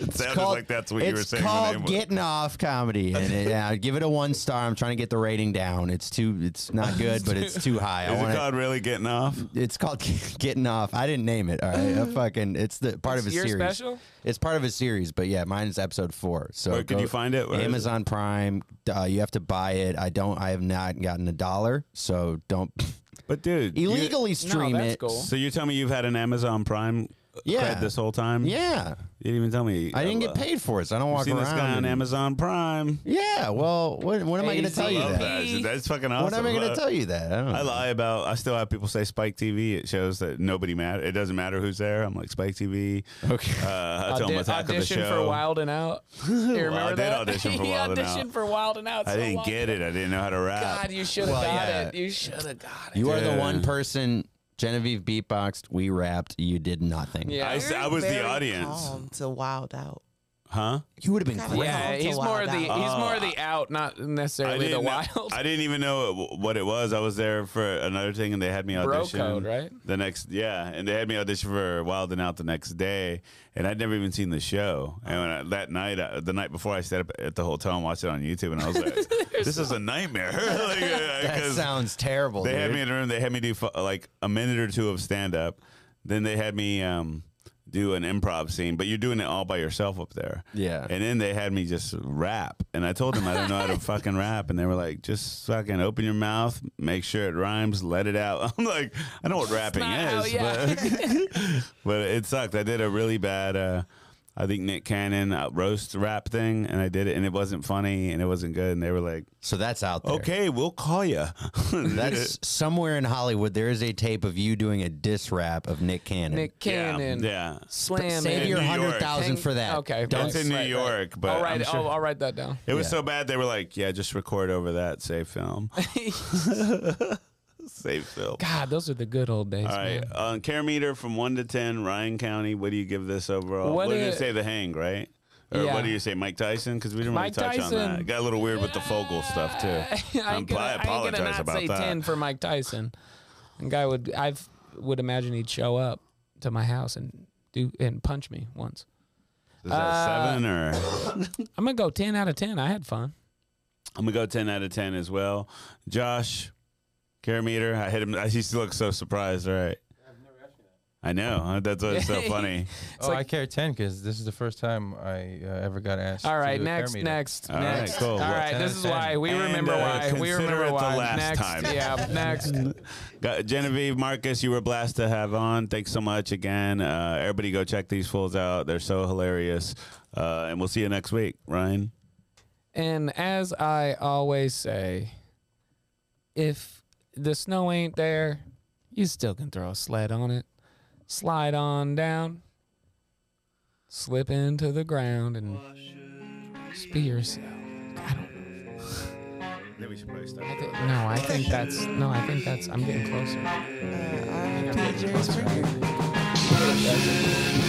It sounded called- like that's what you were it's saying. called the name was. getting off comedy, and it, yeah, give it a one star. I'm trying to get the rating down. It's too. It's not good, but it's too high. I Is want it called really getting off? It's called getting off. I didn't name it. All right, I fucking. It's the part of a Your series. special? It's part of a series, but yeah, mine's episode four. So Where can go- you find it? Where is it? Amazon Prime. Uh, you have to buy it. I don't. I have not gotten a dollar, so don't But dude, you- illegally stream that's it. cool. so you tell me you've had an Amazon Prime Yeah. cred this whole time? Yeah, You didn't even tell me. I didn't Uh, get paid for it. So I don't walk seen around. this guy on and- Amazon Prime. Yeah. Well, what, what am I going to AZ. tell you? Love That? that. shit. That's fucking awesome. What am I going Uh, to tell you that? I don't know. I lie about. I still have people say Spike TV. It shows that nobody matter. It doesn't matter who's there. I'm like Spike TV. Okay. Uh, I tell Audi- them attack of the audition show. for Wild and Out. You remember I did that? audition for He Wild 'N auditioned Out. for Wild and Out. I so didn't long get ago. it. I didn't know how to rap. God, you should have Well, got yeah. it. You should have got it. You are the Yeah. one person Genevieve beatboxed. We rapped. You did nothing. yeah. I s- was the Very audience. calm to wild out. Huh? You would have been Kinda great. Yeah, Yeah, it's he's a more wild of the out. he's more Oh, of the out, not necessarily the didn't know- wild. I didn't even know it, w- what it was. I was there for another thing, and they had me Bro audition code, right? the next. Yeah, and they had me audition for Wild and Out the next day, and I'd never even seen the show. And when I, that night, uh the night before, I stayed up at the hotel and watched it on YouTube, and I was like, "This is a nightmare." Like, uh, That 'cause- sounds terrible. They had dude. me in a room. They had me do fu- like a minute or two of stand up. Then they had me um, do an improv scene, but you're doing it all by yourself up there. Yeah. And then they had me just rap, and I told them I don't know how to fucking rap, and they were like, "Just fucking open your mouth, make sure it rhymes, let it out." I'm like, I know what rapping not how- is, yeah. but but it sucked. I did a really bad. Uh, I think Nick Cannon uh, roast rap thing, and I did it, and it wasn't funny, and it wasn't good, and they were like, so that's out there. "Okay, we'll call you." That's somewhere in Hollywood. There is a tape of you doing a diss rap of Nick Cannon. Nick Cannon, Yeah. slamming. Save in your New York. hundred thousand for that. Okay, Don't It's in New York, but I'll write, I'm sure- I'll, I'll write that down. It was Yeah. so bad they were like, "Yeah, just record over that save film, save film." God, those are the good old days. All right, man. um, care meter from one to ten, Ryan County. What do you give this overall? What, What do did it- you say, The Hang, right? Or Yeah. what do you say, Mike Tyson? Because we didn't Mike really touch on that. Tyson. It got a little weird with the Fogel stuff too. I I'm- ain't gonna, I I ain't gonna apologize not about say that. ten for Mike Tyson. And guy would I would imagine he'd show up to my house and do and punch me once. Is that uh, seven or? I'm gonna go ten out of ten. I had fun. I'm gonna go ten out of ten as well. Josh, care meter. I hit him. I used to look so surprised. All right. I know. huh? That's what's so funny. oh, I care ten because this is the first time I uh, ever got asked. All right, to a care next, meeting. next, All right, next. cool. All Well, right, 10 this out is of 10. why we And, remember uh, why we consider it remember the why. last next, time. yeah, next. Got Genevieve Marcus, you were blessed to have on. Thanks so much again. Uh, everybody go check these fools out. They're so hilarious. Uh, and we'll see you next week, Ryan. And as I always say, if the snow ain't there, you still can throw a sled on it. Slide on down, slip into the ground, and just be yourself. I don't. I think, no, I think that's no. I think that's. I'm getting closer. Uh, I'm PJ Springer. That's it.